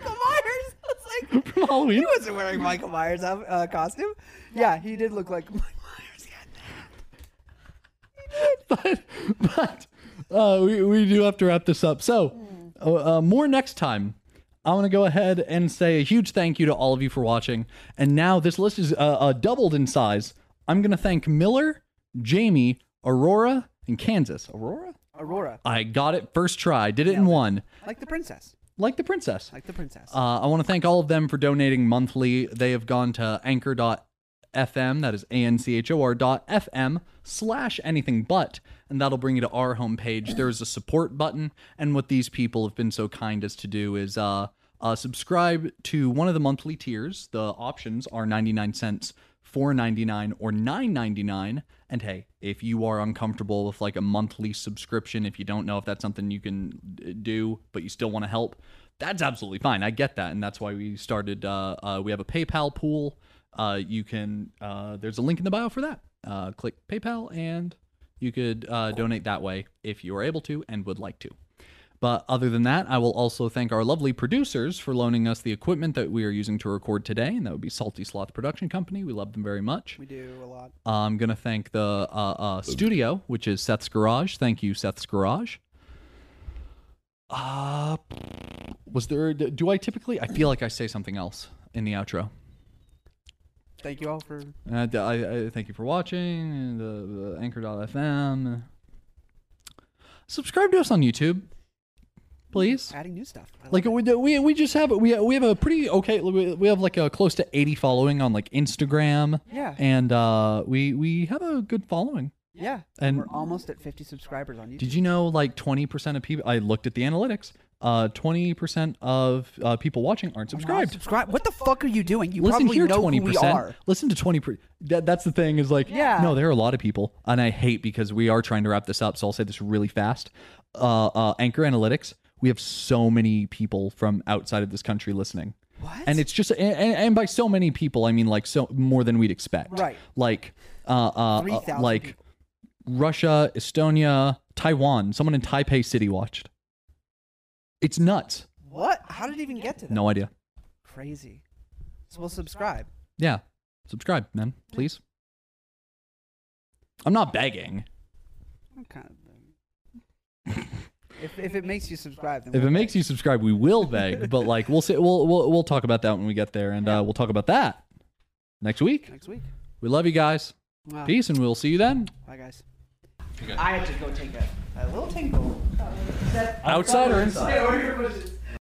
[SPEAKER 2] Michael Myers. *laughs* I was like,
[SPEAKER 1] From Halloween?
[SPEAKER 2] he wasn't wearing Michael Myers out- uh, costume. Yeah, he did look like *laughs* Michael Myers.
[SPEAKER 1] but *laughs* but uh, we, we do have to wrap this up. So, uh, uh, more next time. I want to go ahead and say a huge thank you to all of you for watching. And now this list is uh, uh, doubled in size. I'm going to thank Miller, Jamie, Aurora, and Kansas. Aurora?
[SPEAKER 2] Aurora,
[SPEAKER 1] I got it first try. Did it in one.
[SPEAKER 2] like the princess,
[SPEAKER 1] Like the princess.
[SPEAKER 2] like the princess.
[SPEAKER 1] Uh, I want to thank all of them for donating monthly. They have gone to anchor.fm, that is A-N-C-H-O-R dot F-M slash anything but, and that'll bring you to our homepage. There's a support button, and what these people have been so kind as to do is uh, uh, subscribe to one of the monthly tiers. The options are 99 cents, 4.99 or 9.99 and hey if you are uncomfortable with like a monthly subscription if you don't know if that's something you can d- do but you still want to help that's absolutely fine i get that and that's why we started uh, uh, we have a paypal pool uh, you can uh, there's a link in the bio for that uh, click paypal and you could uh, donate that way if you are able to and would like to but other than that, I will also thank our lovely producers for loaning us the equipment that we are using to record today, and that would be Salty Sloth Production Company. We love them very much.
[SPEAKER 2] we do a lot.
[SPEAKER 1] I'm going to thank the uh, uh, studio, which is Seth's Garage. Thank you, Seth's Garage. Uh, was there, do I typically, I feel like I say something else in the outro.
[SPEAKER 2] Thank you all for.
[SPEAKER 1] Uh, d- I, I thank you for watching and uh, the anchor.fm. Subscribe to us on YouTube, please.
[SPEAKER 2] adding new stuff. I
[SPEAKER 1] Like
[SPEAKER 2] love
[SPEAKER 1] we, we we just have we we have a pretty okay we we have like a close to 80 following on like Instagram.
[SPEAKER 2] it. yeah,
[SPEAKER 1] And uh we we have a good following.
[SPEAKER 2] yeah.
[SPEAKER 1] and-
[SPEAKER 2] we're almost at 50 subscribers on YouTube.
[SPEAKER 1] Did you know like 20% of people I looked at the analytics. Uh 20% of uh, people watching aren't subscribed.
[SPEAKER 2] Subscribe. What the fuck are you doing? You
[SPEAKER 1] Listen
[SPEAKER 2] probably
[SPEAKER 1] here,
[SPEAKER 2] know
[SPEAKER 1] twenty
[SPEAKER 2] who we
[SPEAKER 1] percent.
[SPEAKER 2] are.
[SPEAKER 1] Listen to twenty. Per- that, that's the thing is like,
[SPEAKER 2] Yeah.
[SPEAKER 1] no, there are a lot of people, and I hate because we are trying to wrap this up. So I'll say this really fast. Uh, uh, Anchor Analytics, we have so many people from outside of this country listening,
[SPEAKER 2] What?
[SPEAKER 1] and it's just, and, and and by so many people, I mean like so more than we'd expect.
[SPEAKER 2] Right.
[SPEAKER 1] Like, uh, uh, uh
[SPEAKER 2] 3,000
[SPEAKER 1] like
[SPEAKER 2] people.
[SPEAKER 1] Russia, Estonia, Taiwan. Someone in Taipei City watched. It's nuts.
[SPEAKER 2] what? How did it even get to that?
[SPEAKER 1] No idea.
[SPEAKER 2] Crazy. So we'll subscribe.
[SPEAKER 1] Yeah. Subscribe, man, please. I'm not begging.
[SPEAKER 2] I'm kind of.
[SPEAKER 1] *laughs*
[SPEAKER 2] if if it makes you subscribe, then
[SPEAKER 1] If
[SPEAKER 2] we'll
[SPEAKER 1] it makes you subscribe, we will beg, but like we'll say we'll we'll, we'll talk about that when we get there and uh, we'll talk about that next week.
[SPEAKER 2] next week.
[SPEAKER 1] We love you guys.
[SPEAKER 2] Wow.
[SPEAKER 1] Peace and we'll see you then.
[SPEAKER 2] Bye guys. I have to go take a, a little tinkle.
[SPEAKER 1] Outside or inside?
[SPEAKER 2] Hey, what are your wishes?